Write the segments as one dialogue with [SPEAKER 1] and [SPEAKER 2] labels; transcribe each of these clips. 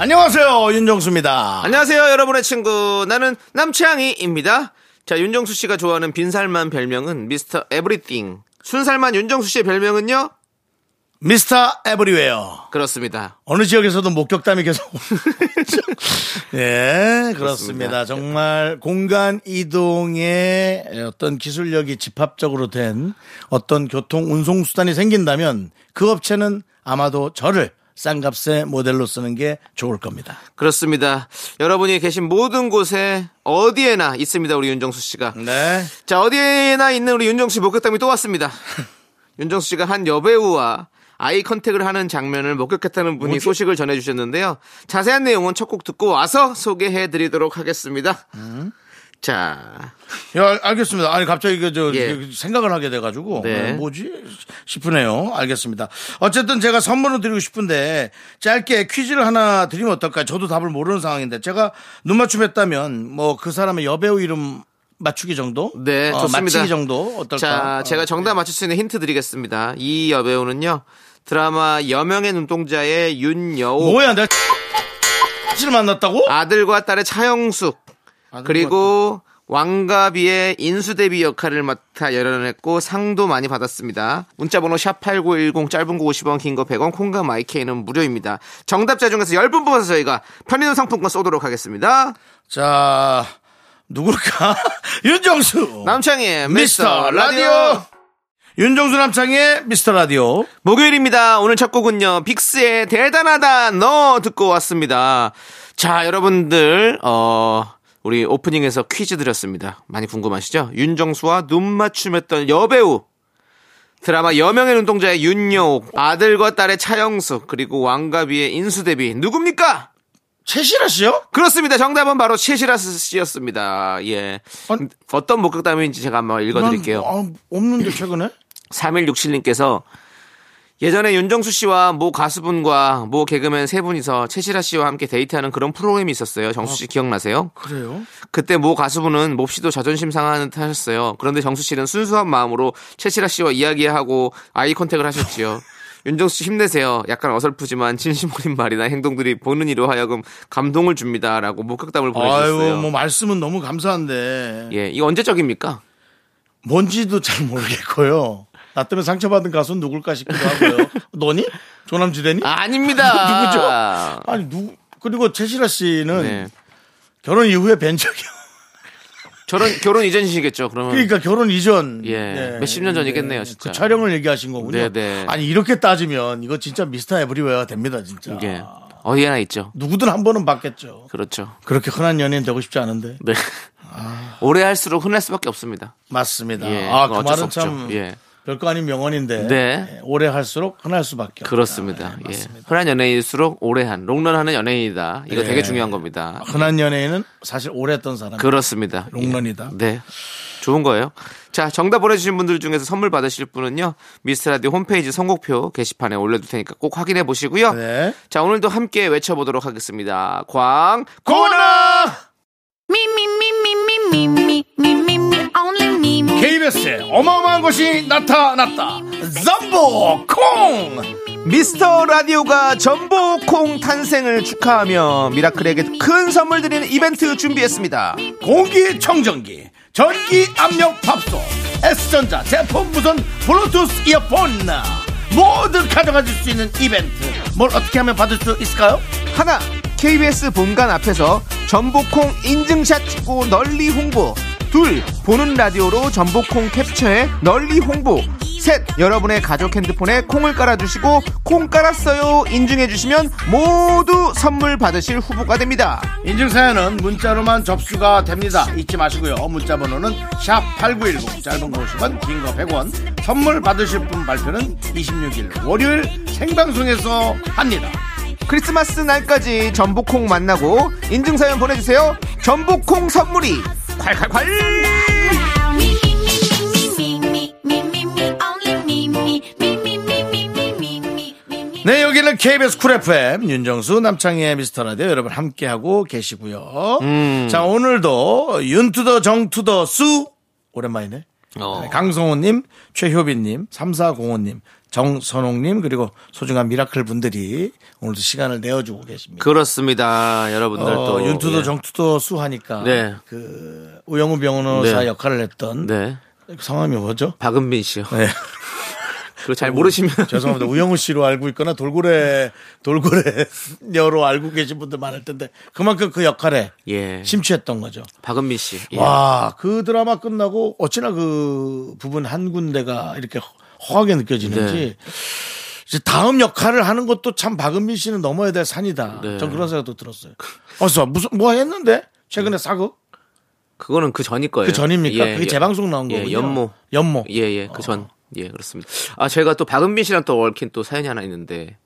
[SPEAKER 1] 안녕하세요 윤정수입니다.
[SPEAKER 2] 안녕하세요, 여러분의 친구. 나는 남창희입니다. 자, 윤정수 씨가 좋아하는 빈살만 별명은 미스터 에브리띵. 순살만 윤정수 씨의 별명은요?
[SPEAKER 1] 미스터 에브리웨어
[SPEAKER 2] 그렇습니다.
[SPEAKER 1] 어느 지역에서도 목격담이 계속 오죠. 예, 그렇습니다. 정말 공간 이동의 어떤 기술력이 집합적으로 된 어떤 교통 운송 수단이 생긴다면 그 업체는 아마도 저를 싼값의 모델로 쓰는 게 좋을 겁니다.
[SPEAKER 2] 그렇습니다. 여러분이 계신 모든 곳에 어디에나 있습니다, 우리 윤정수 씨가.
[SPEAKER 1] 네.
[SPEAKER 2] 자, 어디에나 있는 우리 윤정수 씨 목격담이 또 왔습니다. 윤정수 씨가 한 여배우와 아이 컨택을 하는 장면을 목격했다는 분이 소식을 전해주셨는데요. 자세한 내용은 첫 곡 듣고 와서 소개해드리도록 하겠습니다. 자,
[SPEAKER 1] 야, 알겠습니다. 아니, 갑자기 그, 저,
[SPEAKER 2] 예.
[SPEAKER 1] 그 생각을 하게 돼가지고.
[SPEAKER 2] 네.
[SPEAKER 1] 어, 뭐지? 싶으네요. 알겠습니다. 어쨌든 제가 선물을 드리고 싶은데, 짧게 퀴즈를 하나 드리면 어떨까요? 저도 답을 모르는 상황인데, 제가 눈 맞춤했다면, 뭐, 그 사람의 여배우 이름 맞추기 정도?
[SPEAKER 2] 네,
[SPEAKER 1] 어,
[SPEAKER 2] 좋습니다.
[SPEAKER 1] 맞히기 정도? 어떨까? 예.
[SPEAKER 2] 자, 제가 정답 맞출 수 있는 힌트 드리겠습니다. 이 여배우는요. 드라마 여명의 눈동자의 윤여우
[SPEAKER 1] 뭐야, 내가 를 만났다고?
[SPEAKER 2] 아들과 딸의 차영숙
[SPEAKER 1] 아들
[SPEAKER 2] 그리고 왕가비의 인수대비 역할을 맡아 열연했고 상도 많이 받았습니다. 문자번호 샵8910 짧은 거 50원 긴 거 100원 콩과 마이케이는 무료입니다. 정답자 중에서 10분 뽑아서 저희가 편의점 상품권 쏘도록 하겠습니다.
[SPEAKER 1] 자, 누굴까? 윤정수!
[SPEAKER 2] 남창희의
[SPEAKER 1] 미스터 라디오! 윤정수 남창의 미스터 라디오.
[SPEAKER 2] 목요일입니다. 오늘 첫 곡은요. 빅스의 대단하다 너 듣고 왔습니다. 자, 여러분들 어 우리 오프닝에서 퀴즈 드렸습니다. 많이 궁금하시죠? 윤정수와 눈 맞춤했던 여배우 드라마 여명의 눈동자의 윤여옥 아들과 딸의 차영숙 그리고 왕가비의 인수대비 누굽니까?
[SPEAKER 1] 최시라 씨요?
[SPEAKER 2] 그렇습니다. 정답은 바로 최시라스 씨였습니다. 예.
[SPEAKER 1] 아니-
[SPEAKER 2] 어떤 목격담인지 제가 한번 읽어드릴게요.
[SPEAKER 1] 난, 아, 없는데, 최근에?
[SPEAKER 2] 3167님께서 예전에 윤정수 씨와 모 가수분과 모 개그맨 세 분이서 최시라 씨와 함께 데이트하는 그런 프로그램이 있었어요. 정수 씨 기억나세요?
[SPEAKER 1] 그래요?
[SPEAKER 2] 그때 모 가수분은 몹시도 자존심 상하는 듯 하셨어요. 그런데 정수 씨는 순수한 마음으로 최시라 씨와 이야기하고 아이 컨택을 하셨지요. 윤정수 씨 힘내세요. 약간 어설프지만 진심 어린 말이나 행동들이 보는 이로 하여금 감동을 줍니다라고 목격담을 보내주셨어요.
[SPEAKER 1] 아유, 뭐 말씀은 너무 감사한데
[SPEAKER 2] 예, 이거 언제적입니까?
[SPEAKER 1] 뭔지도 잘 모르겠고요. 나 때문에 상처받은 가수는 누굴까 싶기도 하고요. 너니? 조남지대니?
[SPEAKER 2] 아, 아닙니다.
[SPEAKER 1] 누구죠? 아니 누구? 그리고 최시라 씨는
[SPEAKER 2] 네.
[SPEAKER 1] 결혼 이후에 뵌 적이 없-
[SPEAKER 2] 결혼 결혼 이전이시겠죠. 그러면
[SPEAKER 1] 그러니까 결혼 이전
[SPEAKER 2] 어.
[SPEAKER 1] 네.
[SPEAKER 2] 예, 몇십 년 전이겠네요, 진짜.
[SPEAKER 1] 그 촬영을 얘기하신 거군요.
[SPEAKER 2] 네, 네.
[SPEAKER 1] 아니 이렇게 따지면 이거 진짜 미스터 에브리웨어가 됩니다, 진짜.
[SPEAKER 2] 예. 어디에나 있죠.
[SPEAKER 1] 누구든 한 번은 봤겠죠.
[SPEAKER 2] 그렇죠.
[SPEAKER 1] 그렇게 흔한 연예인 되고 싶지 않은데
[SPEAKER 2] 네. 오래 할수록 흔날 수밖에 없습니다.
[SPEAKER 1] 맞습니다.
[SPEAKER 2] 예,
[SPEAKER 1] 아,
[SPEAKER 2] 그건
[SPEAKER 1] 그
[SPEAKER 2] 어쩔 수
[SPEAKER 1] 말은
[SPEAKER 2] 없죠.
[SPEAKER 1] 참
[SPEAKER 2] 예.
[SPEAKER 1] 별거 아닌 명언인데
[SPEAKER 2] 네.
[SPEAKER 1] 예, 오래 할수록 흔할 수밖에. 없다.
[SPEAKER 2] 그렇습니다. 예. 흔한 연예인일수록 오래한 롱런하는 연예인이다. 이거
[SPEAKER 1] 예.
[SPEAKER 2] 되게 중요한 겁니다.
[SPEAKER 1] 흔한 연예인은 사실 오래 했던 사람.
[SPEAKER 2] 그렇습니다.
[SPEAKER 1] 롱런이다.
[SPEAKER 2] 예. 네. 좋은 거예요. 자, 정답 보내주신 분들 중에서 선물 받으실 분은요, 미스터라디오 홈페이지 선곡표 게시판에 올려둘 테니까 꼭 확인해 보시고요.
[SPEAKER 1] 네.
[SPEAKER 2] 자, 오늘도 함께 외쳐보도록 하겠습니다. 광,
[SPEAKER 1] 고나
[SPEAKER 3] Me, me, me, me, me, me, me, me, me, me, only me, me.
[SPEAKER 1] KBS에 어마어마한 것이 나타났다. 잠보 콩.
[SPEAKER 2] 미스터 라디오가 전복콩 탄생을 축하하며 미라클에게 큰 선물 드리는 이벤트 준비했습니다.
[SPEAKER 1] 공기 청정기, 전기 압력 밥솥, S전자 제품 무선 블루투스 이어폰. 모두 가져가실 수 있는 이벤트. 뭘 어떻게 하면 받을 수 있을까요?
[SPEAKER 2] 하나, KBS 본관 앞에서 전복콩 인증샷 찍고 널리 홍보. 둘, 보는 라디오로 전복콩 캡처해 널리 홍보. 셋, 여러분의 가족 핸드폰에 콩을 깔아주시고 콩 깔았어요 인증해주시면 모두 선물 받으실 후보가 됩니다.
[SPEAKER 1] 인증사연은 문자로만 접수가 됩니다. 잊지 마시고요. 문자 번호는 샵 8910 짧은 거 50원, 긴 거 100원. 선물 받으실 분 발표는 26일 월요일 생방송에서 합니다.
[SPEAKER 2] 크리스마스 날까지 전복콩 만나고 인증사연 보내주세요. 전복콩 선물이 콸콸콸!
[SPEAKER 3] Me, me, me, me, me, me, me, me, me, only me, me, me, me, me, me, me, me, me, me, me.
[SPEAKER 1] 네, 여기는 KBS 쿨 FM 윤정수 남창희의 미스터 라디오 여러분 함께하고 계시고요.
[SPEAKER 2] 음.
[SPEAKER 1] 자, 오늘도 윤투더 정투더 수 오랜만이네.
[SPEAKER 2] 어.
[SPEAKER 1] 네, 강성호님, 최효빈님, 3405님, 정선홍님 그리고 소중한 미라클 분들이 오늘도 시간을 내어주고 계십니다.
[SPEAKER 2] 그렇습니다. 여러분들
[SPEAKER 1] 어,
[SPEAKER 2] 또
[SPEAKER 1] 윤투더
[SPEAKER 2] 예.
[SPEAKER 1] 정투더 수 하니까
[SPEAKER 2] 네.
[SPEAKER 1] 그 우영우 병원호사
[SPEAKER 2] 네.
[SPEAKER 1] 역할을 했던
[SPEAKER 2] 네.
[SPEAKER 1] 성함이 뭐죠?
[SPEAKER 2] 박은빈 씨요.
[SPEAKER 1] 네.
[SPEAKER 2] 그거 잘 모르시면
[SPEAKER 1] 죄송합니다. 우영우 씨로 알고 있거나 돌고래 돌고래녀로 알고 계신 분들 많을 텐데 그만큼 그 역할에
[SPEAKER 2] 예.
[SPEAKER 1] 심취했던 거죠.
[SPEAKER 2] 박은빈 씨. 예.
[SPEAKER 1] 와, 그 드라마 끝나고 어찌나 그 부분 한 군데가 이렇게 허- 허하게
[SPEAKER 2] 네.
[SPEAKER 1] 느껴지는지 이제 다음 역할을 하는 것도 참 박은민 씨는 넘어야 될 산이다.
[SPEAKER 2] 네.
[SPEAKER 1] 전 그런 생각도 들었어요. 어서 무슨 뭐 했는데 최근에 사극
[SPEAKER 2] 그거는 그 전일 거예요.
[SPEAKER 1] 그 전입니까?
[SPEAKER 2] 예,
[SPEAKER 1] 그게
[SPEAKER 2] 예.
[SPEAKER 1] 재방송 나온
[SPEAKER 2] 예,
[SPEAKER 1] 거군요.
[SPEAKER 2] 연모.
[SPEAKER 1] 연모. 어.
[SPEAKER 2] 예, 예. 그 전. 예, 그렇습니다. 아, 제가 또 박은빈 씨랑 또 얽힌 또 사연이 하나 있는데.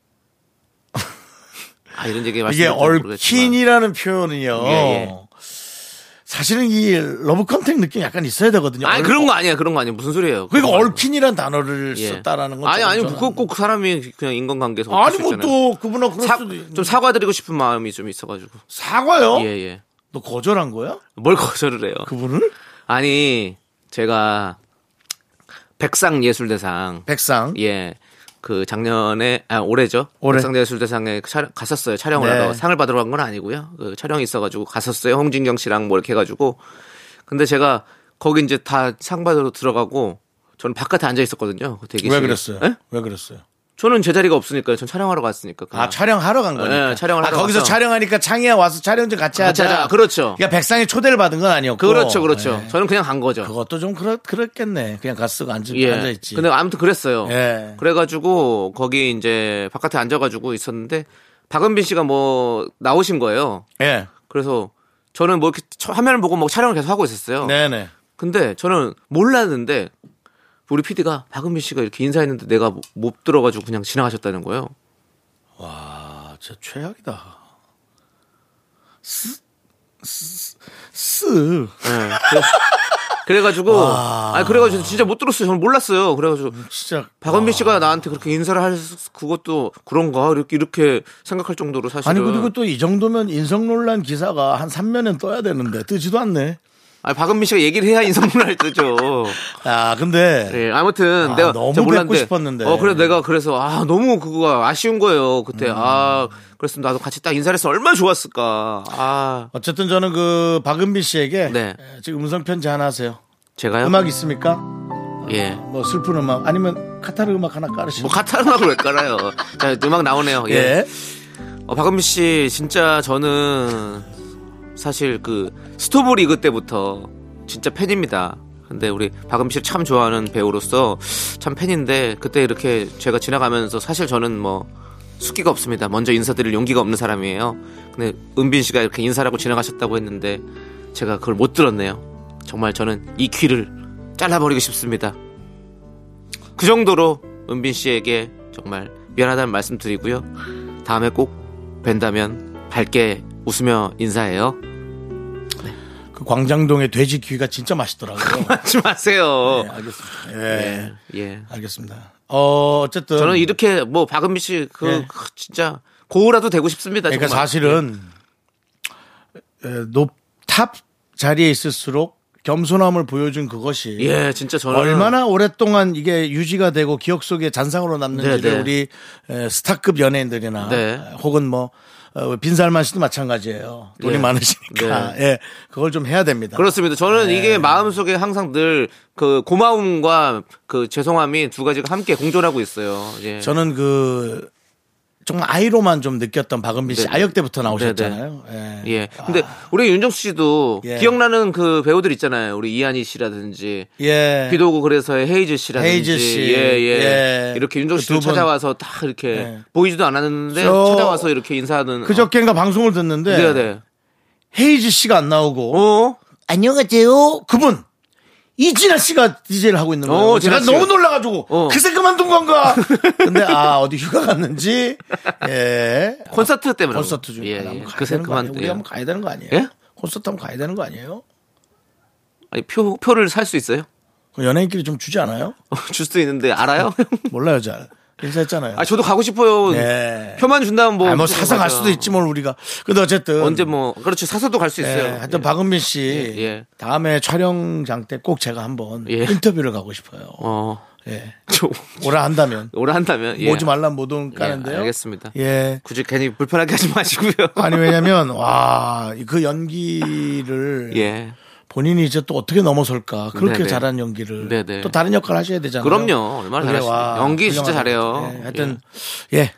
[SPEAKER 2] 아, 이런 얘기
[SPEAKER 1] 이게
[SPEAKER 2] 말씀드렸죠.
[SPEAKER 1] 얼킨이라는 표현은요.
[SPEAKER 2] 예, 예.
[SPEAKER 1] 사실은 이 러브 컨택 느낌 이 약간 있어야 되거든요.
[SPEAKER 2] 아니,
[SPEAKER 1] 얼-
[SPEAKER 2] 그런 거 아니야. 그런 거 아니야. 무슨
[SPEAKER 1] 그러니까
[SPEAKER 2] 소리예요? 그런 거 아니에요.
[SPEAKER 1] 얼킨이란 단어를
[SPEAKER 2] 예.
[SPEAKER 1] 썼다라는 건
[SPEAKER 2] 아니,
[SPEAKER 1] 조금
[SPEAKER 2] 아니,
[SPEAKER 1] 저는-
[SPEAKER 2] 그꼭 사람이 그냥 인간관계에서. 어쩔
[SPEAKER 1] 아니
[SPEAKER 2] 수
[SPEAKER 1] 뭐
[SPEAKER 2] 있잖아요.
[SPEAKER 1] 또 그분은 그럴
[SPEAKER 2] 사,
[SPEAKER 1] 수도 있는
[SPEAKER 2] 좀 사과드리고 싶은 마음이 좀 있어가지고.
[SPEAKER 1] 사과요?
[SPEAKER 2] 예, 예.
[SPEAKER 1] 너 거절한 거야?
[SPEAKER 2] 뭘 거절을 해요?
[SPEAKER 1] 그분을?
[SPEAKER 2] 아니, 제가 백상예술대상,
[SPEAKER 1] 백상.
[SPEAKER 2] 예, 그 작년에, 아, 올해죠.
[SPEAKER 1] 올해.
[SPEAKER 2] 백상예술대상에 촬영- 갔었어요. 촬영을
[SPEAKER 1] 네.
[SPEAKER 2] 하러. 상을 받으러 간 건 아니고요. 그 촬영이 있어가지고 갔었어요. 홍진경 씨랑 뭐 이렇게 해가지고. 근데 제가 거기 이제 다 상 받으러 들어가고 저는 바깥에 앉아 있었거든요. 그 대기실에.
[SPEAKER 1] 왜 그랬어요?
[SPEAKER 2] 예?
[SPEAKER 1] 왜 그랬어요?
[SPEAKER 2] 저는 제 자리가 없으니까요. 전 촬영하러 갔으니까.
[SPEAKER 1] 아, 촬영하러 간 거니까.
[SPEAKER 2] 네, 촬영을
[SPEAKER 1] 아,
[SPEAKER 2] 하러
[SPEAKER 1] 거기서
[SPEAKER 2] 가서.
[SPEAKER 1] 촬영하니까 창희야 와서 촬영 좀 같이
[SPEAKER 2] 같이
[SPEAKER 1] 하자.
[SPEAKER 2] 하자. 그렇죠.
[SPEAKER 1] 그러니까 백상이 초대를 받은 건 아니었고.
[SPEAKER 2] 그렇죠, 그렇죠.
[SPEAKER 1] 예.
[SPEAKER 2] 저는 그냥 간 거죠.
[SPEAKER 1] 그것도 좀 그렇, 그렇겠네. 그냥 갔어 앉아,
[SPEAKER 2] 예.
[SPEAKER 1] 앉아있지.
[SPEAKER 2] 근데 아무튼 그랬어요.
[SPEAKER 1] 예.
[SPEAKER 2] 그래가지고 거기 이제 바깥에 앉아가지고 있었는데 박은빈 씨가 뭐 나오신 거예요.
[SPEAKER 1] 예.
[SPEAKER 2] 그래서 저는 뭐 이렇게 처- 화면을 보고 막 촬영을 계속 하고 있었어요.
[SPEAKER 1] 네네.
[SPEAKER 2] 근데 저는 몰랐는데 우리 PD가 박은빈 씨가 이렇게 인사했는데 내가 못- 못 들어가지고 그냥 지나가셨다는 거예요.
[SPEAKER 1] 아, 진짜 최악이다. 쓰, 쓰, 쓰.
[SPEAKER 2] 예. 그래서- 그래가지고 아 그래가지고 진짜 못 들었어요. 저는 몰랐어요. 그래가지고
[SPEAKER 1] 진짜.
[SPEAKER 2] 박은빈 씨가 나한테 그렇게 인사를 할 수- 그것도 그런가 이렇게 이렇게 생각할 정도로 사실은
[SPEAKER 1] 아니, 그리고 또 이 정도면 인성 논란 기사가 한 3면은 떠야 되는데, 뜨지도 않네.
[SPEAKER 2] 아니, 박은빈 씨가 얘기를 해야 인성문화를 뜨죠.
[SPEAKER 1] 아, 근데.
[SPEAKER 2] 예, 아무튼
[SPEAKER 1] 아,
[SPEAKER 2] 내가
[SPEAKER 1] 너무
[SPEAKER 2] 제가
[SPEAKER 1] 뵙고 싶었는데.
[SPEAKER 2] 어, 그래 내가 그래서 아 너무 그거가 아쉬운 거예요. 그때
[SPEAKER 1] 음.
[SPEAKER 2] 아 그래서 나도 같이 딱 인사를 해서 얼마나 좋았을까. 아
[SPEAKER 1] 어쨌든 저는 그 박은비 씨에게
[SPEAKER 2] 네.
[SPEAKER 1] 에, 지금 음성 편지 하나 하세요.
[SPEAKER 2] 제가요.
[SPEAKER 1] 음악 있습니까?
[SPEAKER 2] 예.
[SPEAKER 1] 뭐 슬픈 음악 아니면 카타르 음악 하나
[SPEAKER 2] 뭐
[SPEAKER 1] 깔으시면
[SPEAKER 2] 카타르마를 왜 깔아요? 자, 음악 나오네요. 예.
[SPEAKER 1] 예.
[SPEAKER 2] 어, 박은빈 씨 진짜 저는 사실 그 스토브리그 때부터 진짜 팬입니다. 근데 우리 박은빈 씨를 참 좋아하는 배우로서 참 팬인데 그때 이렇게 제가 지나가면서 사실 저는 뭐 숫기가 없습니다. 먼저 인사드릴 용기가 없는 사람이에요. 근데 은빈 씨가 이렇게 인사라고 지나가셨다고 했는데 제가 그걸 못 들었네요. 정말 저는 이 귀를 잘라버리고 싶습니다. 그 정도로 은빈 씨에게 정말 미안하다는 말씀 드리고요. 다음에 꼭 뵌다면 밝게 웃으며 인사해요.
[SPEAKER 1] 그 광장동의 돼지 귀가 진짜 맛있더라고요.
[SPEAKER 2] 하지 마세요.
[SPEAKER 1] 네, 알겠습니다. 예.
[SPEAKER 2] 예.
[SPEAKER 1] 알겠습니다. 어, 어쨌든
[SPEAKER 2] 저는 이렇게 뭐 박은미 씨 그
[SPEAKER 1] 예.
[SPEAKER 2] 진짜 고우라도 되고 싶습니다.
[SPEAKER 1] 그러니까
[SPEAKER 2] 정말. 예.
[SPEAKER 1] 사실은 높탑 자리에 있을수록 겸손함을 보여준 그것이
[SPEAKER 2] 예, 진짜 저는
[SPEAKER 1] 얼마나 오랫동안 이게 유지가 되고 기억 속에 잔상으로 남는지를
[SPEAKER 2] 네, 네.
[SPEAKER 1] 우리 에, 스타급 연예인들이나
[SPEAKER 2] 네.
[SPEAKER 1] 에, 혹은 뭐 어, 빈살만 씨도 마찬가지예요. 돈이
[SPEAKER 2] 예.
[SPEAKER 1] 많으시니까 예, 그걸 좀 해야 됩니다.
[SPEAKER 2] 그렇습니다. 저는
[SPEAKER 1] 네.
[SPEAKER 2] 이게 마음속에 항상 늘 그 고마움과 그 죄송함이 두 가지가 함께 공존하고 있어요. 예.
[SPEAKER 1] 저는 그 정말 아이로만 좀 느꼈던 박은빈 씨
[SPEAKER 2] 네, 네.
[SPEAKER 1] 아역 때부터 나오셨잖아요. 예.
[SPEAKER 2] 예. 근데 우리 윤정수 씨도
[SPEAKER 1] 예.
[SPEAKER 2] 기억나는 그 배우들 있잖아요. 우리 이한희 씨라든지
[SPEAKER 1] 예.
[SPEAKER 2] 네. 비도 오고 그래서의 헤이즈 씨라든지
[SPEAKER 1] 헤이즈 씨.
[SPEAKER 2] 예, 예.
[SPEAKER 1] 예.
[SPEAKER 2] 이렇게 윤종
[SPEAKER 1] 두
[SPEAKER 2] 씨도
[SPEAKER 1] 분.
[SPEAKER 2] 찾아와서 딱 이렇게
[SPEAKER 1] 예.
[SPEAKER 2] 보이지도 않았는데
[SPEAKER 1] 저-
[SPEAKER 2] 찾아와서 이렇게 인사하는
[SPEAKER 1] 그저께인가 방송을
[SPEAKER 2] 어,
[SPEAKER 1] 듣는데
[SPEAKER 2] 네, 네.
[SPEAKER 1] 헤이즈 씨가 안 나오고
[SPEAKER 2] 어?
[SPEAKER 1] 안녕하세요 그분 이진아 씨가 DJ를 하고 있는 거예요.
[SPEAKER 2] 어,
[SPEAKER 1] 제가
[SPEAKER 2] 진아 씨가.
[SPEAKER 1] 너무 놀라가지고
[SPEAKER 2] 어.
[SPEAKER 1] 그새 그만둔 건가? 근데 아 어디 휴가 갔는지 예
[SPEAKER 2] 콘서트 때문에
[SPEAKER 1] 콘서트 중에
[SPEAKER 2] 예,
[SPEAKER 1] 한번
[SPEAKER 2] 예.
[SPEAKER 1] 가야
[SPEAKER 2] 그새
[SPEAKER 1] 되는 거
[SPEAKER 2] 그만
[SPEAKER 1] 아니에요? 우리
[SPEAKER 2] 예.
[SPEAKER 1] 한번 가야 되는 거 아니에요?
[SPEAKER 2] 예?
[SPEAKER 1] 콘서트 한번 가야 되는 거 아니에요?
[SPEAKER 2] 아니 표 표를 살 수 있어요?
[SPEAKER 1] 그 연예인끼리 좀 주지 않아요?
[SPEAKER 2] 줄 수 있는데 알아요?
[SPEAKER 1] 몰라요 잘 인사했잖아요.
[SPEAKER 2] 아 저도 가고 싶어요.
[SPEAKER 1] 네.
[SPEAKER 2] 표만 준다면 뭐.
[SPEAKER 1] 아, 뭐 사서 갈
[SPEAKER 2] 맞아.
[SPEAKER 1] 수도 있지 뭘 우리가. 근데 어쨌든
[SPEAKER 2] 언제 뭐 그렇죠 사서도 갈 수
[SPEAKER 1] 예,
[SPEAKER 2] 있어요.
[SPEAKER 1] 하여튼 박은빈 씨
[SPEAKER 2] 예, 예.
[SPEAKER 1] 다음에 촬영장 때 꼭 제가 한번
[SPEAKER 2] 예.
[SPEAKER 1] 인터뷰를 가고 싶어요.
[SPEAKER 2] 어.
[SPEAKER 1] 예.
[SPEAKER 2] 좀
[SPEAKER 1] 오라 한다면
[SPEAKER 2] 오래 한다면 예.
[SPEAKER 1] 오지 말라면 못 오는가는데요.
[SPEAKER 2] 예, 알겠습니다.
[SPEAKER 1] 예.
[SPEAKER 2] 굳이 괜히 불편하게 하지 마시고요.
[SPEAKER 1] 아니 왜냐면 와 그 연기를
[SPEAKER 2] 예.
[SPEAKER 1] 본인이 이제 또 어떻게 넘어설까 그렇게
[SPEAKER 2] 네네.
[SPEAKER 1] 잘한 연기를
[SPEAKER 2] 네네.
[SPEAKER 1] 또 다른 역할 을 하셔야 되잖아요.
[SPEAKER 2] 그럼요. 얼마나
[SPEAKER 1] 그래,
[SPEAKER 2] 잘하시죠.
[SPEAKER 1] 와,
[SPEAKER 2] 연기 진짜
[SPEAKER 1] 훌륭하다.
[SPEAKER 2] 잘해요.
[SPEAKER 1] 예, 하여튼 예.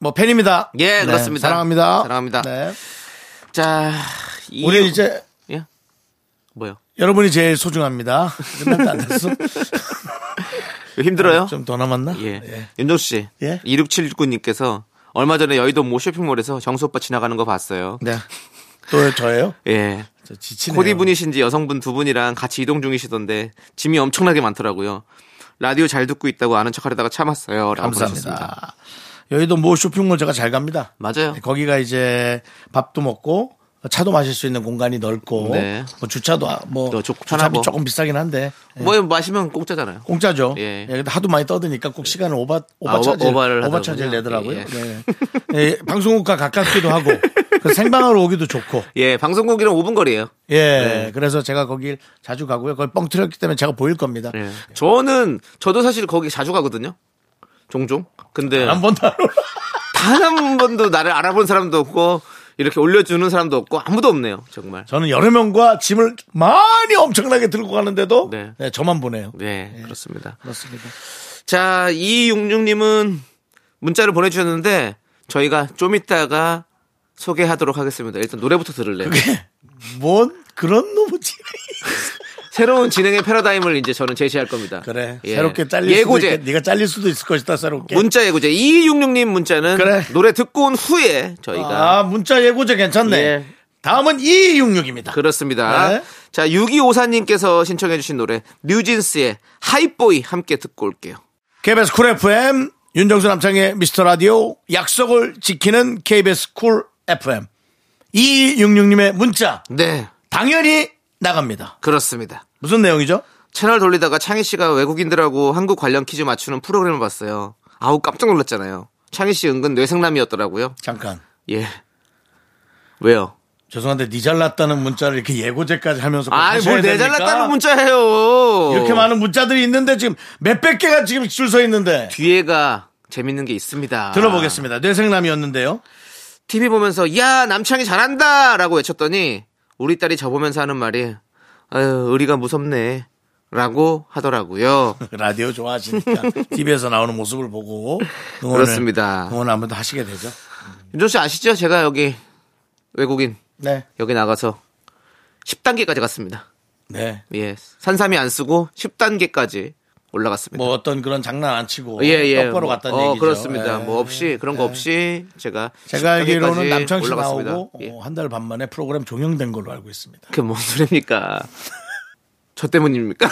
[SPEAKER 1] 뭐 팬입니다.
[SPEAKER 2] 예,
[SPEAKER 1] 네,
[SPEAKER 2] 그렇습니다.
[SPEAKER 1] 사랑합니다.
[SPEAKER 2] 사랑합니다.
[SPEAKER 1] 네.
[SPEAKER 2] 자, 이
[SPEAKER 1] 우리 이제
[SPEAKER 2] 예. 뭐요?
[SPEAKER 1] 여러분이 제일 소중합니다. 끝났다 안 됐어?
[SPEAKER 2] 힘들어요?
[SPEAKER 1] 아, 좀 더 남았나?
[SPEAKER 2] 예. 윤정수 씨.
[SPEAKER 1] 예?
[SPEAKER 2] 2679님께서 얼마 전에 여의도 모 쇼핑몰에서 정수 오빠 지나가는 거 봤어요.
[SPEAKER 1] 네. 또 저예요?
[SPEAKER 2] 예.
[SPEAKER 1] 저 지치네요.
[SPEAKER 2] 코디 분이신지 여성분 두 분이랑 같이 이동 중이시던데 짐이 엄청나게 많더라고요. 라디오 잘 듣고 있다고 아는 척 하려다가 참았어요. 라고 보내셨습니다.
[SPEAKER 1] 감사합니다. 아, 여의도 모 쇼핑몰 제가 잘 갑니다. 네,
[SPEAKER 2] 맞아요.
[SPEAKER 1] 거기가 이제 밥도 먹고 차도 마실 수 있는 공간이 넓고
[SPEAKER 2] 네.
[SPEAKER 1] 뭐 주차도 아- 뭐
[SPEAKER 2] 또 좋-
[SPEAKER 1] 주차비
[SPEAKER 2] 편하고.
[SPEAKER 1] 조금 비싸긴 한데 예.
[SPEAKER 2] 뭐 마시면 공짜잖아요.
[SPEAKER 1] 공짜죠.
[SPEAKER 2] 예.
[SPEAKER 1] 예. 근데 하도 많이 떠드니까 꼭 시간을 오바
[SPEAKER 2] 아,
[SPEAKER 1] 오바
[SPEAKER 2] 오바-
[SPEAKER 1] 차질
[SPEAKER 2] 오바를
[SPEAKER 1] 오바
[SPEAKER 2] 하더군요.
[SPEAKER 1] 차질 내더라고요.
[SPEAKER 2] 예.
[SPEAKER 1] 네. 예, 방송국과 가깝기도 하고 그래서 생방으로 오기도 좋고
[SPEAKER 2] 예, 방송국이랑 5분 거리예요.
[SPEAKER 1] 예
[SPEAKER 2] 네.
[SPEAKER 1] 그래서 제가 거길 자주 가고요. 그걸 뻥 틀었기 때문에 제가 보일 겁니다.
[SPEAKER 2] 예. 저는 저도 사실 거기 자주 가거든요. 종종. 근데
[SPEAKER 1] 안 본다.
[SPEAKER 2] 단 한 번도 나를 알아본 사람도 없고 이렇게 올려주는 사람도 없고 아무도 없네요. 정말.
[SPEAKER 1] 저는 여러 명과 짐을 많이 엄청나게 들고 가는데도
[SPEAKER 2] 네.
[SPEAKER 1] 네, 저만 보내요.
[SPEAKER 2] 네, 그렇습니다.
[SPEAKER 1] 그렇습니다.
[SPEAKER 2] 자, 266님은 문자를 보내주셨는데 저희가 좀 이따가 소개하도록 하겠습니다. 일단 노래부터 들을래요.
[SPEAKER 1] 뭔 그런 놈이지.
[SPEAKER 2] 새로운 진행의 패러다임을 이제 저는 제시할 겁니다.
[SPEAKER 1] 그래.
[SPEAKER 2] 예.
[SPEAKER 1] 새롭게 잘릴 수도
[SPEAKER 2] 예고제.
[SPEAKER 1] 있겠, 네가 잘릴 수도 있을 것이다. 새롭게.
[SPEAKER 2] 문자 예고제 2266님 문자는
[SPEAKER 1] 그래.
[SPEAKER 2] 노래 듣고 온 후에 저희가
[SPEAKER 1] 아, 문자 예고제 괜찮네.
[SPEAKER 2] 예.
[SPEAKER 1] 다음은 266입니다.
[SPEAKER 2] 그렇습니다.
[SPEAKER 1] 네.
[SPEAKER 2] 자, 6254님께서 신청해주신 노래, 뉴진스의 하이보이 함께 듣고 올게요.
[SPEAKER 1] KBS 쿨 FM 윤정수 남창의 미스터 라디오 약속을 지키는 KBS 쿨 FM 266님의 문자
[SPEAKER 2] 네,
[SPEAKER 1] 당연히 나갑니다.
[SPEAKER 2] 그렇습니다.
[SPEAKER 1] 무슨 내용이죠?
[SPEAKER 2] 채널 돌리다가 창희 씨가 외국인들하고 한국 관련 퀴즈 맞추는 프로그램을 봤어요. 아우, 깜짝 놀랐잖아요. 창희 씨 은근 뇌생남이었더라고요.
[SPEAKER 1] 잠깐
[SPEAKER 2] 예. 왜요?
[SPEAKER 1] 죄송한데 니 잘났다는 문자를 이렇게 예고제까지 하면서
[SPEAKER 2] 아이, 뭘 내잘랐다는 문자예요.
[SPEAKER 1] 이렇게 많은 문자들이 있는데 지금 몇백 개가 지금 줄 서 있는데
[SPEAKER 2] 뒤에가 재밌는 게 있습니다.
[SPEAKER 1] 아. 들어보겠습니다. 뇌생남이었는데요.
[SPEAKER 2] TV 보면서 야 남창이 잘한다 라고 외쳤더니 우리 딸이 저 보면서 하는 말이 아유 의리가 무섭네 라고 하더라고요
[SPEAKER 1] 라디오 좋아하시니까 TV에서 나오는 모습을 보고 응원을,
[SPEAKER 2] 그렇습니다.
[SPEAKER 1] 응원 아무도 하시게 되죠.
[SPEAKER 2] 윤정씨 아시죠 제가 여기 외국인
[SPEAKER 1] 네.
[SPEAKER 2] 여기 나가서 10단계까지 갔습니다
[SPEAKER 1] 네.
[SPEAKER 2] 예 산삼이 안 쓰고 10단계까지 올라갔습니다
[SPEAKER 1] 뭐 어떤 그런 장난 안 치고
[SPEAKER 2] 예, 예.
[SPEAKER 1] 똑바로
[SPEAKER 2] 뭐,
[SPEAKER 1] 갔다는
[SPEAKER 2] 어,
[SPEAKER 1] 얘기죠.
[SPEAKER 2] 그렇습니다.
[SPEAKER 1] 예.
[SPEAKER 2] 뭐 없이 그런 거 없이 제가
[SPEAKER 1] 제가
[SPEAKER 2] 10단계까지
[SPEAKER 1] 알기로는 남창 씨
[SPEAKER 2] 올라갔습니다.
[SPEAKER 1] 나오고 어.
[SPEAKER 2] 예.
[SPEAKER 1] 한 달 반 만에 프로그램 종영된 걸로 알고 있습니다.
[SPEAKER 2] 그게 뭔 소리입니까? 저 때문입니까?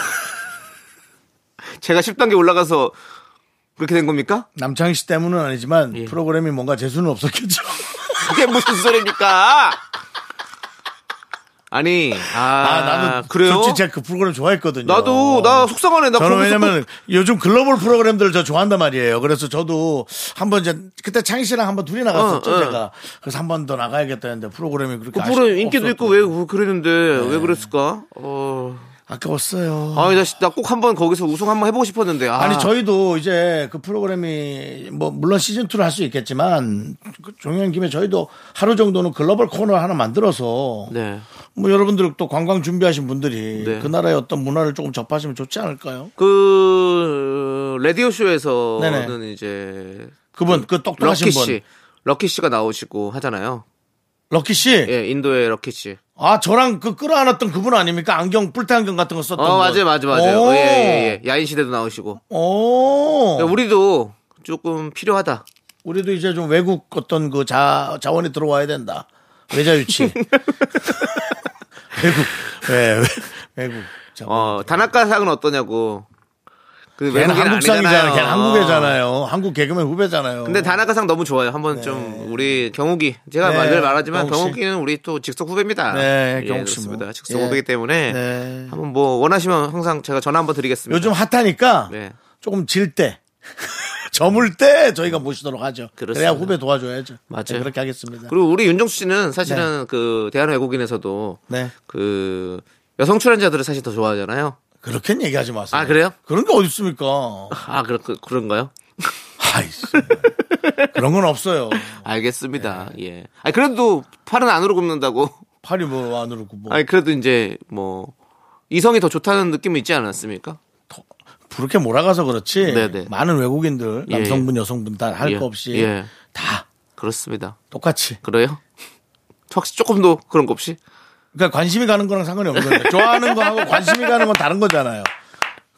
[SPEAKER 2] 제가 10단계 올라가서 그렇게 된 겁니까?
[SPEAKER 1] 남창 씨 때문은 아니지만
[SPEAKER 2] 예.
[SPEAKER 1] 프로그램이 뭔가 재수는 없었겠죠.
[SPEAKER 2] 그게 무슨 소리입니까? 아니, 아,
[SPEAKER 1] 아, 나는
[SPEAKER 2] 그래요?
[SPEAKER 1] 솔직히 제가 그 프로그램 좋아했거든요.
[SPEAKER 2] 나도 나 속상하네. 나
[SPEAKER 1] 저는
[SPEAKER 2] 거기서
[SPEAKER 1] 왜냐면 요즘 글로벌 프로그램들을 저 좋아한단 말이에요. 그래서 저도 한번 이제 그때 창희 씨랑 한번 둘이 나갔었죠,
[SPEAKER 2] 어, 어.
[SPEAKER 1] 제가. 그래서 한 번 더 나가야겠다 했는데 프로그램이 그렇게
[SPEAKER 2] 그
[SPEAKER 1] 아쉽-
[SPEAKER 2] 프로 인기도
[SPEAKER 1] 없었던- 네.
[SPEAKER 2] 있고 왜 그랬는데 왜 그랬을까? 어,
[SPEAKER 1] 아까웠어요.
[SPEAKER 2] 아니 나꼭 한번 거기서 우승 한번 해보고 싶었는데. 아.
[SPEAKER 1] 아니 저희도 이제 그 프로그램이 뭐 물론 시즌 2를 할 수 있겠지만 그 종영 김에 저희도 하루 정도는 글로벌 코너 하나 만들어서
[SPEAKER 2] 네.
[SPEAKER 1] 뭐 여러분들 또 관광 준비하신 분들이
[SPEAKER 2] 네.
[SPEAKER 1] 그 나라의 어떤 문화를 조금 접하시면 좋지 않을까요?
[SPEAKER 2] 그 라디오 쇼에서는
[SPEAKER 1] 네네.
[SPEAKER 2] 이제
[SPEAKER 1] 그분 그 똑똑하신
[SPEAKER 2] 럭키
[SPEAKER 1] 분
[SPEAKER 2] 씨, 럭키 씨가 나오시고 하잖아요.
[SPEAKER 1] 럭키 씨.
[SPEAKER 2] 예, 인도의 럭키 씨.
[SPEAKER 1] 아 저랑 그 끌어안았던 그분 아닙니까? 안경 뿔테 안경 같은 거 썼던
[SPEAKER 2] 어, 맞아요,
[SPEAKER 1] 분.
[SPEAKER 2] 맞아요, 맞아요.
[SPEAKER 1] 오. 어.
[SPEAKER 2] 예, 예, 예. 야인 시대도 나오시고.
[SPEAKER 1] 오.
[SPEAKER 2] 그러니까 우리도 조금 필요하다.
[SPEAKER 1] 우리도 이제 좀 외국 어떤 그 자, 자원이 들어와야 된다. 예, 외자 유치. 외국. 네, 외- 외국.
[SPEAKER 2] 어, 단학가상은 어떠냐고. 그
[SPEAKER 1] 걔는
[SPEAKER 2] 외국인
[SPEAKER 1] 한국상이잖아요.
[SPEAKER 2] 아니잖아요. 어.
[SPEAKER 1] 걔는 한국애잖아요. 한국 개그맨 후배잖아요.
[SPEAKER 2] 근데 단학가상 너무 좋아요. 한번 좀 우리 경욱이 제가
[SPEAKER 1] 어. 네,
[SPEAKER 2] 말늘 말하지만
[SPEAKER 1] 경욱 씨.
[SPEAKER 2] 경욱이는 우리 또 직속 후배입니다.
[SPEAKER 1] 네,
[SPEAKER 2] 예,
[SPEAKER 1] 경욱 씨 뭐.
[SPEAKER 2] 그렇습니다. 직속
[SPEAKER 1] 예.
[SPEAKER 2] 후배이기 때문에
[SPEAKER 1] 네.
[SPEAKER 2] 한번 뭐 원하시면 항상 제가 전화 한번 드리겠습니다.
[SPEAKER 1] 요즘 핫하니까
[SPEAKER 2] 네.
[SPEAKER 1] 조금 질 때. 저물 때 저희가 모시도록 하죠. 그래야
[SPEAKER 2] 그렇습니다.
[SPEAKER 1] 후배 도와줘야죠.
[SPEAKER 2] 맞아요.
[SPEAKER 1] 네, 그렇게 하겠습니다.
[SPEAKER 2] 그리고 우리 윤정수 씨는 사실은 그 대한 외국인에서도
[SPEAKER 1] 네.
[SPEAKER 2] 그 여성 출연자들을 사실 더 좋아하잖아요.
[SPEAKER 1] 그렇게 얘기하지 마세요.
[SPEAKER 2] 아, 그래요?
[SPEAKER 1] 그런 게 어디 있습니까?
[SPEAKER 2] 아, 그렇 그- 그런가요?
[SPEAKER 1] 아이씨. 그런 건 없어요.
[SPEAKER 2] 알겠습니다.
[SPEAKER 1] 네.
[SPEAKER 2] 예. 아 그래도 팔은 안으로 굽는다고.
[SPEAKER 1] 팔이 뭐 안으로 굽고.
[SPEAKER 2] 아니 그래도 이제 뭐 이성이 더 좋다는 느낌이 있지 않았습니까?
[SPEAKER 1] 그렇게 몰아가서 그렇지.
[SPEAKER 2] 네네.
[SPEAKER 1] 많은 외국인들
[SPEAKER 2] 예,
[SPEAKER 1] 남성분 여성분 다 할 거
[SPEAKER 2] 예,
[SPEAKER 1] 없이
[SPEAKER 2] 예.
[SPEAKER 1] 다
[SPEAKER 2] 그렇습니다.
[SPEAKER 1] 똑같이.
[SPEAKER 2] 그래요? 혹시 조금 더 그런 거 없이?
[SPEAKER 1] 그러니까 관심이 가는 거랑 상관이 없는 거예요. 좋아하는 거하고 관심이 가는 건 다른 거잖아요.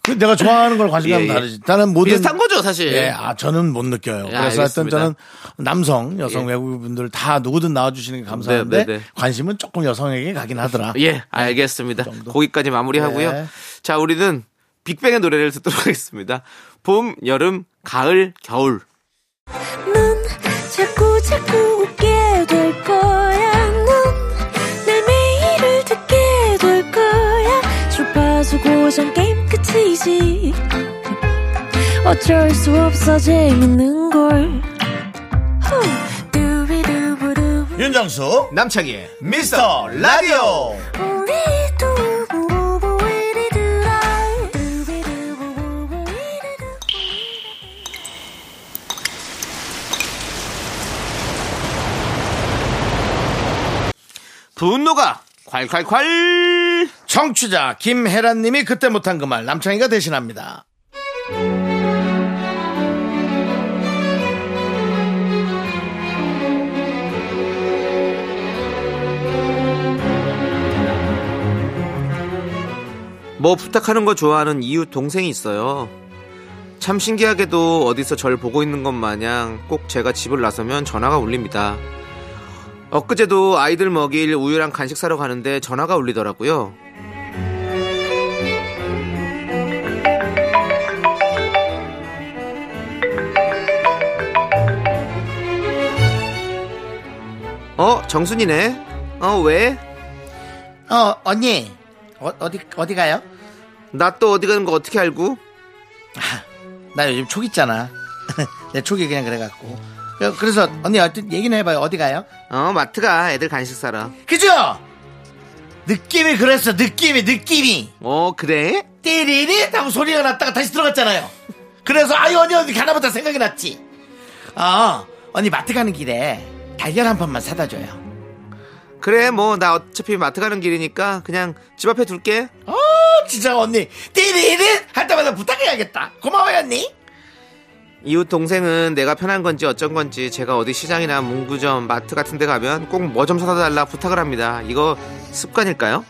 [SPEAKER 1] 그 내가 좋아하는 걸 관심 가면
[SPEAKER 2] 예, 예.
[SPEAKER 1] 다르지. 다른 모든
[SPEAKER 2] 비슷한 거죠, 사실.
[SPEAKER 1] 예, 아 저는 못 느껴요. 그래서 하여튼
[SPEAKER 2] 예, 알겠습니다.
[SPEAKER 1] 저는 남성, 여성,
[SPEAKER 2] 예.
[SPEAKER 1] 외국인분들 다 누구든 나와주시는 게 감사한데
[SPEAKER 2] 네, 네, 네.
[SPEAKER 1] 관심은 조금 여성에게 가긴 하더라.
[SPEAKER 2] 예, 알겠습니다.
[SPEAKER 1] 그
[SPEAKER 2] 거기까지 마무리하고요.
[SPEAKER 1] 네.
[SPEAKER 2] 자, 우리는 빅뱅의 노래를 듣도록 하겠습니다. 봄, 여름, 가을, 겨울.
[SPEAKER 4] 넌 자꾸 자꾸 웃게 될 거야. 넌내 매일을 듣게 될 거야. 주파수 고정 게임 끝이지. 어쩔 수 없어 재밌는 걸. 후. 두비두부두.
[SPEAKER 1] 윤정수
[SPEAKER 2] 남창희의
[SPEAKER 1] 미스터 라디오.
[SPEAKER 4] 우리 두부부부 우리 두라. 두비두부부부 우리 두.
[SPEAKER 2] 분노가 콸콸콸!
[SPEAKER 1] 청취자 김혜란님이 그때 못한 그 말 남창희가 대신합니다.
[SPEAKER 2] 뭐 부탁하는 거 좋아하는 이웃 동생이 있어요. 참 신기하게도 어디서 절 보고 있는 것 마냥 꼭 제가 집을 나서면 전화가 울립니다. 엊그제도 아이들 먹일 우유랑 간식 사러 가는데 전화가 울리더라고요. 어, 정순이네? 어, 왜?
[SPEAKER 1] 어 언니 어, 어디 어디 가요?
[SPEAKER 2] 나 또 어디 가는 거 어떻게 알고?
[SPEAKER 1] 나 요즘 촉 있잖아. 내 촉이 그냥 그래갖고. 그- 그래서 언니 어떤 얘기는 해봐요. 어디 가요?
[SPEAKER 2] 어, 마트 가. 애들 간식 사러.
[SPEAKER 1] 그죠? 느낌이 그랬어. 느낌이 느낌이.
[SPEAKER 2] 어, 그래?
[SPEAKER 1] 띠리리 하고 소리가 났다가 다시 들어갔잖아요. 그래서 아유 언니 어디 가나보다 생각이 났지. 아 언니 마트 가는 길에 달걀 한 판만 사다 줘요.
[SPEAKER 2] 그래, 뭐, 나 어차피 마트 가는 길이니까 그냥 집 앞에 둘게.
[SPEAKER 1] 어 진짜 언니 띠리리 할 때마다 부탁해야겠다. 고마워요 언니.
[SPEAKER 2] 이웃 동생은 내가 편한 건지 어쩐 건지 제가 어디 시장이나 문구점, 마트 같은 데 가면 꼭 뭐 좀 사다 달라 부탁을 합니다. 이거 습관일까요?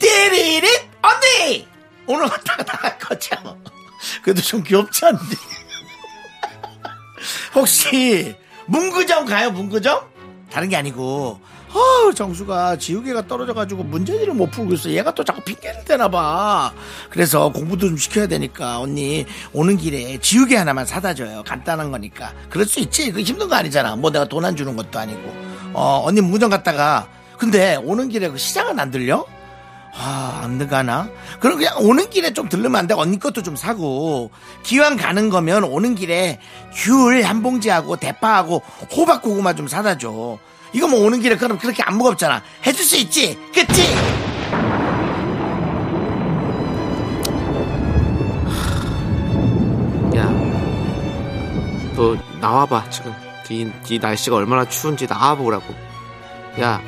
[SPEAKER 1] 띠리리 언니 오늘 왔다가 나갈 거죠 그래도 좀 귀엽지 않니 혹시 문구점 가요 문구점 다른 게 아니고 어 정수가 지우개가 떨어져가지고 문제지를 못 풀고 있어 얘가 또 자꾸 핑계를 대나 봐 그래서 공부도 좀 시켜야 되니까 언니 오는 길에 지우개 하나만 사다 줘요 간단한 거니까 그럴 수 있지 그 힘든 거 아니잖아 뭐 내가 돈 안 주는 것도 아니고 어 언니 문구점 갔다가 근데 오는 길에 그 시장은 안 들려? 아, 안 들어가나? 그럼 그냥 오는 길에 좀 들르면 안 돼. 언니 것도 좀 사고. 기왕 가는 거면 오는 길에 귤 한 봉지하고 대파하고 호박 고구마 좀 사다 줘. 이거 뭐 오는 길에 그럼 그렇게 안 무겁잖아. 해줄 수 있지? 그치?
[SPEAKER 2] 야, 너 나와봐, 지금. 이, 이 날씨가 얼마나 추운지 나와보라고. 야,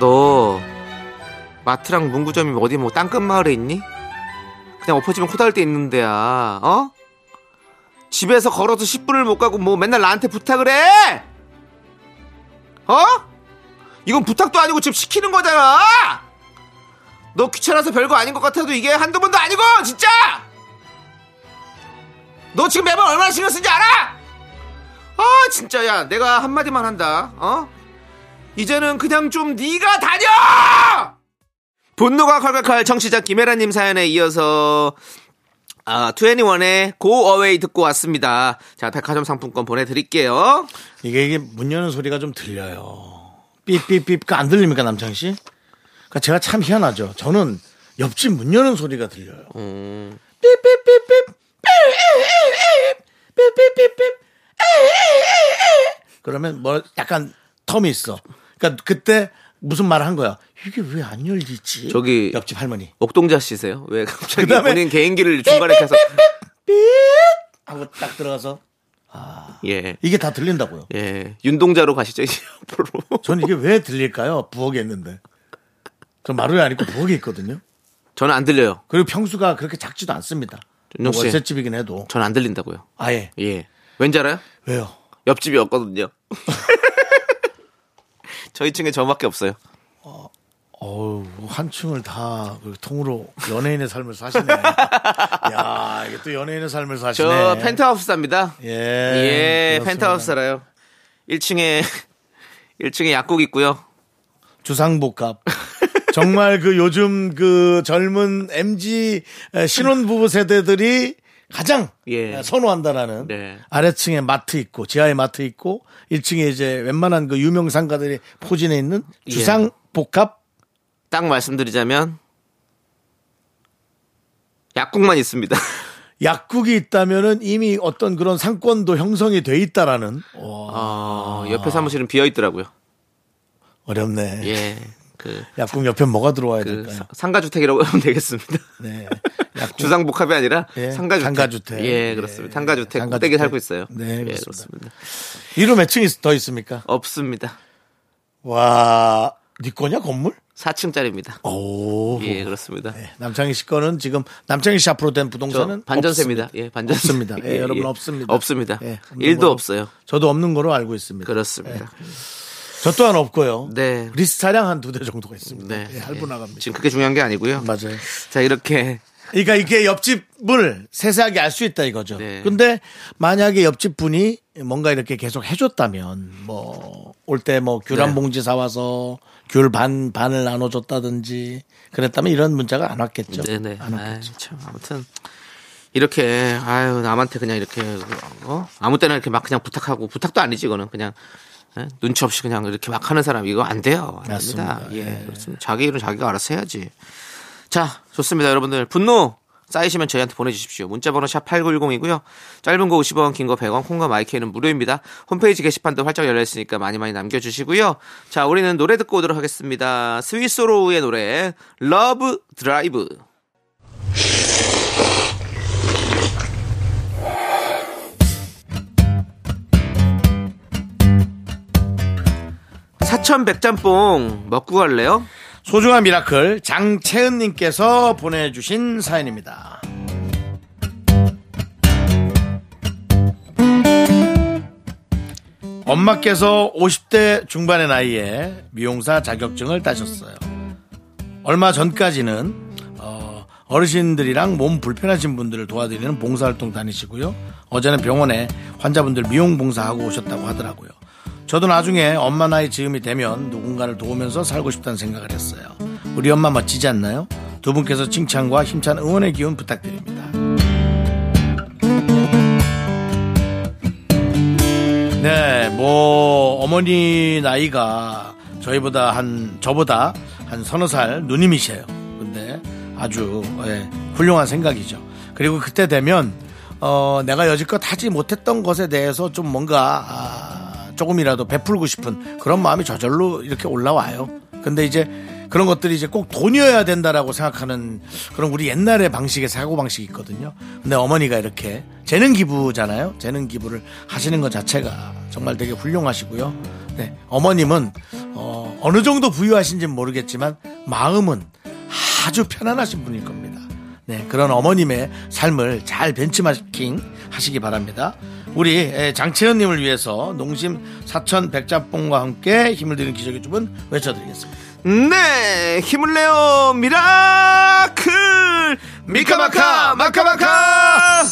[SPEAKER 2] 너 마트랑 문구점이 어디 뭐 땅끝 마을에 있니? 그냥 엎어지면 코다할 때 있는 데야, 어? 집에서 걸어서 10분을 못 가고 뭐 맨날 나한테 부탁을 해! 어? 이건 부탁도 아니고 지금 시키는 거잖아! 너 귀찮아서 별거 아닌 것 같아도 이게 한두 번도 아니고, 진짜! 너 지금 매번 얼마나 신경 쓰는지 알아? 아 진짜 야 내가 한마디만 한다 어? 이제는 그냥 좀 네가 다녀! 분노가 칼칼칼 청취자 김혜라님 사연에 이어서 아, 21의 Go Away 듣고 왔습니다. 자, 백화점 상품권 보내드릴게요.
[SPEAKER 1] 이게, 이게 문 여는 소리가 좀 들려요. 삐삐삐, 안 들립니까, 남창 씨? 그러니까 제가 참 희한하죠. 저는 옆집 문 여는 소리가 들려요.
[SPEAKER 2] 음.
[SPEAKER 1] 삐삐삐삐, 삐삐삐삐, 그러면 뭐 약간 텀이 있어. 그러니까 그때 무슨 말을 한 거야. 이게 왜 안 열리지?
[SPEAKER 2] 저기-
[SPEAKER 1] 옆집 할머니.
[SPEAKER 2] 옥동자 씨세요? 왜 갑자기
[SPEAKER 1] 그다음에
[SPEAKER 2] 본인 개인기를 중간에 켜서
[SPEAKER 1] 삐! 하고 딱 들어가서
[SPEAKER 2] 예.
[SPEAKER 1] 이게 다 들린다고요.
[SPEAKER 2] 예. 윤동자로 가시죠, 이제 앞으로.
[SPEAKER 1] 저는 이게 왜 들릴까요? 부엌에 있는데. 저 마루에 안 있고 부엌에 있거든요.
[SPEAKER 2] 저는 안 들려요.
[SPEAKER 1] 그리고 평수가 그렇게 작지도 않습니다.
[SPEAKER 2] 역시.
[SPEAKER 1] 월세집이긴 해도.
[SPEAKER 2] 저는 안 들린다고요.
[SPEAKER 1] 아예.
[SPEAKER 2] 예. 왠지 알아요?
[SPEAKER 1] 왜요?
[SPEAKER 2] 옆집이었거든요. 저희 층에 저밖에 없어요.
[SPEAKER 1] 어우, 한 층을 다그 통으로 연예인의 삶을 사시네. 야, 이게 또 연예인의 삶을 사시네.
[SPEAKER 2] 저 펜트하우스 삽니다.
[SPEAKER 1] 예.
[SPEAKER 2] 예,
[SPEAKER 1] 그렇습니다.
[SPEAKER 2] 펜트하우스 살아요. 1층에 1층에 약국 있고요.
[SPEAKER 1] 주상복합. 정말 그 요즘 그 젊은 MG 신혼부부 세대들이 가장
[SPEAKER 2] 예.
[SPEAKER 1] 선호한다라는
[SPEAKER 2] 네.
[SPEAKER 1] 아래층에 마트 있고 지하에 마트 있고 1층에 이제 웬만한 그 유명 상가들이 포진해 있는
[SPEAKER 2] 예.
[SPEAKER 1] 주상복합
[SPEAKER 2] 딱 말씀드리자면 약국만 있습니다.
[SPEAKER 1] 약국이 있다면은 이미 어떤 그런 상권도 형성이 돼 있다라는 와,
[SPEAKER 2] 어, 옆에 사무실은 비어 있더라고요.
[SPEAKER 1] 아. 어렵네.
[SPEAKER 2] 예. 그,
[SPEAKER 1] 약국 옆에 뭐가 들어와야
[SPEAKER 2] 그
[SPEAKER 1] 될까요?
[SPEAKER 2] 사- 상가주택이라고 하면 되겠습니다.
[SPEAKER 1] 네. 약국.
[SPEAKER 2] 주상복합이 아니라
[SPEAKER 1] 예,
[SPEAKER 2] 상가주택.
[SPEAKER 1] 상가주택.
[SPEAKER 2] 예, 그렇습니다.
[SPEAKER 1] 예,
[SPEAKER 2] 상가주택
[SPEAKER 1] 상가주택.
[SPEAKER 2] 꼭대기 살고 있어요.
[SPEAKER 1] 네,
[SPEAKER 2] 예,
[SPEAKER 1] 그렇습니다.
[SPEAKER 2] 그렇습니다.
[SPEAKER 1] 이름 몇 층이 더 있습니까?
[SPEAKER 2] 없습니다.
[SPEAKER 1] 와, 네 거냐 건물?
[SPEAKER 2] 4층짜리입니다.
[SPEAKER 1] 오.
[SPEAKER 2] 예, 그렇습니다.
[SPEAKER 1] 네, 남창희 씨 거는 지금 남창희 씨 앞으로 된
[SPEAKER 2] 저
[SPEAKER 1] 부동산은
[SPEAKER 2] 반전세입니다. 예, 반전세.
[SPEAKER 1] 없습니다. 예, 여러분 없습니다.
[SPEAKER 2] 없습니다.
[SPEAKER 1] 예, 없는
[SPEAKER 2] 일도
[SPEAKER 1] 걸로.
[SPEAKER 2] 없어요.
[SPEAKER 1] 없- 저도 없는 거로 알고 있습니다.
[SPEAKER 2] 그렇습니다.
[SPEAKER 1] 저 또한 없고요.
[SPEAKER 2] 네.
[SPEAKER 1] 리스 차량 한 두 대 정도가 있습니다.
[SPEAKER 2] 네.
[SPEAKER 1] 예, 할부
[SPEAKER 2] 예.
[SPEAKER 1] 나갑니다.
[SPEAKER 2] 지금 그게 중요한 게 아니고요.
[SPEAKER 1] 맞아요.
[SPEAKER 2] 자, 이렇게
[SPEAKER 1] 그러니까 이게 옆집을 세세하게 알 수 있다 이거죠.
[SPEAKER 2] 네.
[SPEAKER 1] 근데 만약에 옆집 분이 뭔가 이렇게 계속 해줬다면 뭐 올 때 뭐 귤한
[SPEAKER 2] 네.
[SPEAKER 1] 봉지 사와서 귤 반 반을 나눠줬다든지 그랬다면 이런 문자가 안 왔겠죠.
[SPEAKER 2] 네네.
[SPEAKER 1] 그렇죠. 안
[SPEAKER 2] 아이,
[SPEAKER 1] 왔겠죠.
[SPEAKER 2] 참, 아무튼 이렇게 아유 남한테 그냥 이렇게 어? 아무 때나 이렇게 막 그냥 부탁하고 부탁도 아니지 이거는 그냥 예? 눈치 없이 그냥 이렇게 막 하는 사람 이거 안 돼요. 안 됩니다.
[SPEAKER 1] 맞습니다.
[SPEAKER 2] 예, 그렇습니다. 자기 일은 자기가 알아서 해야지. 자, 좋습니다, 여러분들. 분노 쌓이시면 저희한테 보내주십시오. 문자번호 샵 8910이고요. 짧은 거 50원, 긴 거 100원, 콩과 마이크는 무료입니다. 홈페이지 게시판도 활짝 열려있으니까 많이 많이 남겨주시고요. 자, 우리는 노래 듣고 오도록 하겠습니다. 스위스로우의 노래, 러브 드라이브. 사천 백짬뽕 먹고 갈래요?
[SPEAKER 1] 소중한 미라클 장채은님께서 보내주신 사연입니다. 엄마께서 50대 중반의 나이에 미용사 자격증을 따셨어요. 얼마 전까지는 어, 어르신들이랑 몸 불편하신 분들을 도와드리는 봉사활동 다니시고요. 어제는 병원에 환자분들 미용 봉사하고 오셨다고 하더라고요. 저도 나중에 엄마 나이 즈음이 되면 누군가를 도우면서 살고 싶다는 생각을 했어요. 우리 엄마 멋지지 않나요? 두 분께서 칭찬과 힘찬 응원의 기운 부탁드립니다. 네, 뭐 어머니 나이가 저희보다 한 저보다 한 서너 살 누님이세요. 근데 아주 예, 훌륭한 생각이죠. 그리고 그때 되면 어, 내가 여지껏 하지 못했던 것에 대해서 좀 뭔가 아, 조금이라도 베풀고 싶은 그런 마음이 저절로 이렇게 올라와요. 근데 이제 그런 것들이 이제 꼭 돈이어야 된다라고 생각하는 그런 우리 옛날의 방식의 사고 방식이 있거든요. 근데 어머니가 이렇게 재능 기부잖아요. 재능 기부를 하시는 것 자체가 정말 되게 훌륭하시고요. 네, 어머님은 어, 어느 정도 부유하신지는 모르겠지만 마음은 아주 편안하신 분일 겁니다. 네, 그런 어머님의 삶을 잘 벤치마킹 하시기 바랍니다. 우리 에, 장채연님을 위해서 농심 사천 백짬뽕과 함께 힘을 드리는 기적의 주문 외쳐드리겠습니다.
[SPEAKER 2] 네, 힘을 내요 미라클 미카마카 마카마카.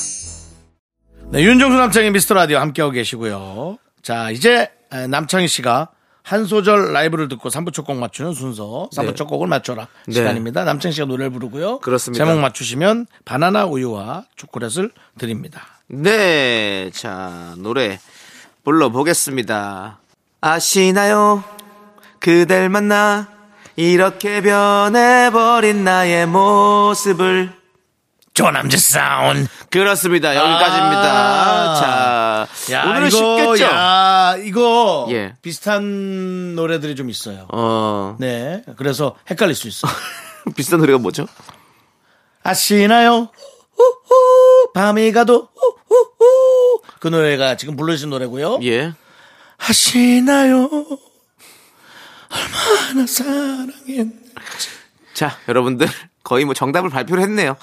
[SPEAKER 1] 네, 윤정수 남창희 미스터 라디오 함께하고 계시고요. 자, 이제 에, 남창희 씨가 한 소절 라이브를 듣고 3부 첫 곡 맞추는 순서 3부
[SPEAKER 2] 네.
[SPEAKER 1] 첫 곡을 맞춰라
[SPEAKER 2] 네.
[SPEAKER 1] 시간입니다. 남창 씨가 노래를 부르고요.
[SPEAKER 2] 그렇습니다.
[SPEAKER 1] 제목 맞추시면 바나나 우유와 초콜릿을 드립니다.
[SPEAKER 2] 네, 자, 노래 불러보겠습니다. 아시나요? 그댈 만나 이렇게 변해버린 나의 모습을
[SPEAKER 1] 조남지 사운
[SPEAKER 2] 그렇습니다. 여기까지입니다. 자,
[SPEAKER 1] 아. 야,
[SPEAKER 2] 오늘은
[SPEAKER 1] 이거,
[SPEAKER 2] 쉽겠죠?
[SPEAKER 1] 야, 이거
[SPEAKER 2] 예.
[SPEAKER 1] 비슷한 노래들이 좀 있어요.
[SPEAKER 2] 어,
[SPEAKER 1] 네, 그래서 헷갈릴 수 있어. 요
[SPEAKER 2] 비슷한 노래가 뭐죠?
[SPEAKER 1] 아시나요? 우후, 밤이 가도 우후후. 그 노래가 지금 불러주신 노래고요.
[SPEAKER 2] 예.
[SPEAKER 1] 아시나요? 얼마나 사랑했는지.
[SPEAKER 2] 자, 여러분들 거의 뭐 정답을 발표를 했네요.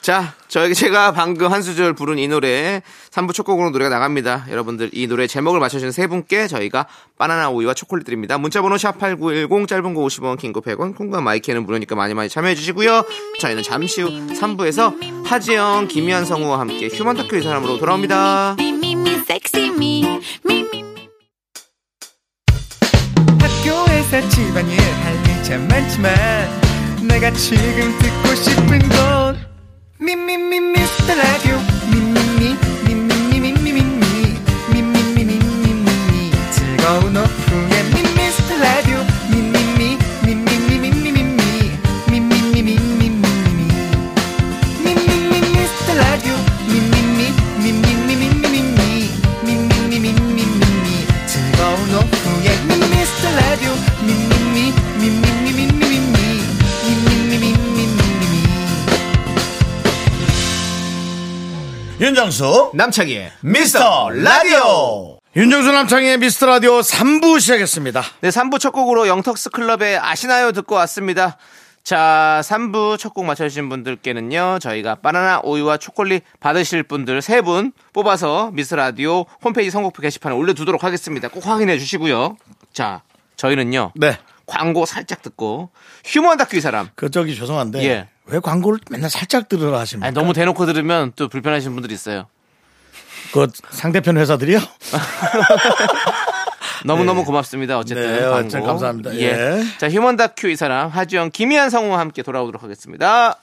[SPEAKER 2] 자, 저에게 제가 방금 한 수절 부른 이 노래 3부 첫 곡으로 노래가 나갑니다. 여러분들 이 노래 제목을 맞춰주신 세 분께 저희가 바나나 우유와 초콜릿 드립니다. 문자번호 샵8910 짧은 거 50원 긴 거 100원 콩과 마이크는 무료니까 많이 많이 참여해 주시고요. 저희는 잠시 후 3부에서 하지영, 김희한 성우와 함께 휴먼 다큐 이 사람으로 돌아옵니다.
[SPEAKER 5] 학교에서 집안일 할 일 참 많지만 내가 지금 듣고 싶은 건 미미미 미스터 라디오 미미미 미미미 미미미 미미미 미미미 즐거운 오후에 미미스터 라디오 미미미 미미미 미미미 미미미 미미미 미미미
[SPEAKER 1] 윤정수
[SPEAKER 2] 남창희의
[SPEAKER 1] 미스터 라디오 윤정수 남창의 미스터 라디오 3부 시작했습니다.
[SPEAKER 2] 네, 3부 첫 곡으로 영턱스 클럽의 아시나요 듣고 왔습니다. 자, 3부 첫 곡 맞춰주신 분들께는요, 저희가 바나나 오이와 초콜릿 받으실 분들 3분 뽑아서 미스 라디오 홈페이지 선곡표 게시판에 올려두도록 하겠습니다. 꼭 확인해 주시고요. 자, 저희는요,
[SPEAKER 1] 네.
[SPEAKER 2] 광고 살짝 듣고, 휴먼 다큐 이 사람.
[SPEAKER 1] 그 저기 죄송한데
[SPEAKER 2] 예.
[SPEAKER 1] 왜 광고를 맨날 살짝 들으라
[SPEAKER 2] 아니,
[SPEAKER 1] 하십니까?
[SPEAKER 2] 너무 대놓고 들으면 또 불편하신 분들이 있어요.
[SPEAKER 1] 그 상대편 회사들이요?
[SPEAKER 2] 너무너무 고맙습니다. 어쨌든.
[SPEAKER 1] 네,
[SPEAKER 2] 광고.
[SPEAKER 1] 어쨌든 감사합니다.
[SPEAKER 2] 예.
[SPEAKER 1] 예.
[SPEAKER 2] 자, 휴먼 다큐 이 사람, 하지영, 김희한 성우와 함께 돌아오도록 하겠습니다.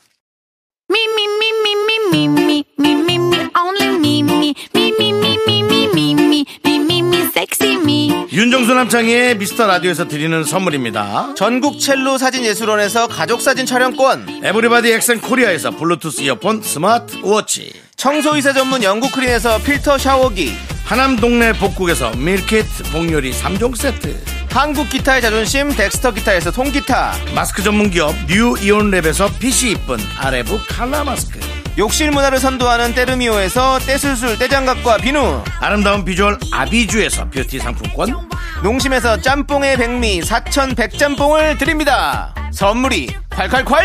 [SPEAKER 1] 윤정수 남창의 미스터 라디오에서 드리는 선물입니다.
[SPEAKER 2] 전국 첼로 사진 예술원에서 가족 사진 촬영권,
[SPEAKER 1] 에브리바디 엑센 코리아에서 블루투스 이어폰 스마트 워치.
[SPEAKER 2] 청소이사 전문 영국 크린에서 필터 샤워기,
[SPEAKER 1] 하남 동네 복국에서 밀키트 복요리 3종 세트.
[SPEAKER 2] 한국 기타의 자존심 덱스터 기타에서 통기타,
[SPEAKER 1] 마스크 전문 기업 뉴 이온랩에서 핏이 이쁜 아레브 칼라 마스크.
[SPEAKER 2] 욕실 문화를 선도하는 때르미오에서 떼술술 떼장갑과 비누,
[SPEAKER 1] 아름다운 비주얼 아비주에서 뷰티 상품권.
[SPEAKER 2] 농심에서 짬뽕의 백미 사천 백짬뽕을 드립니다. 선물이 콸콸콸!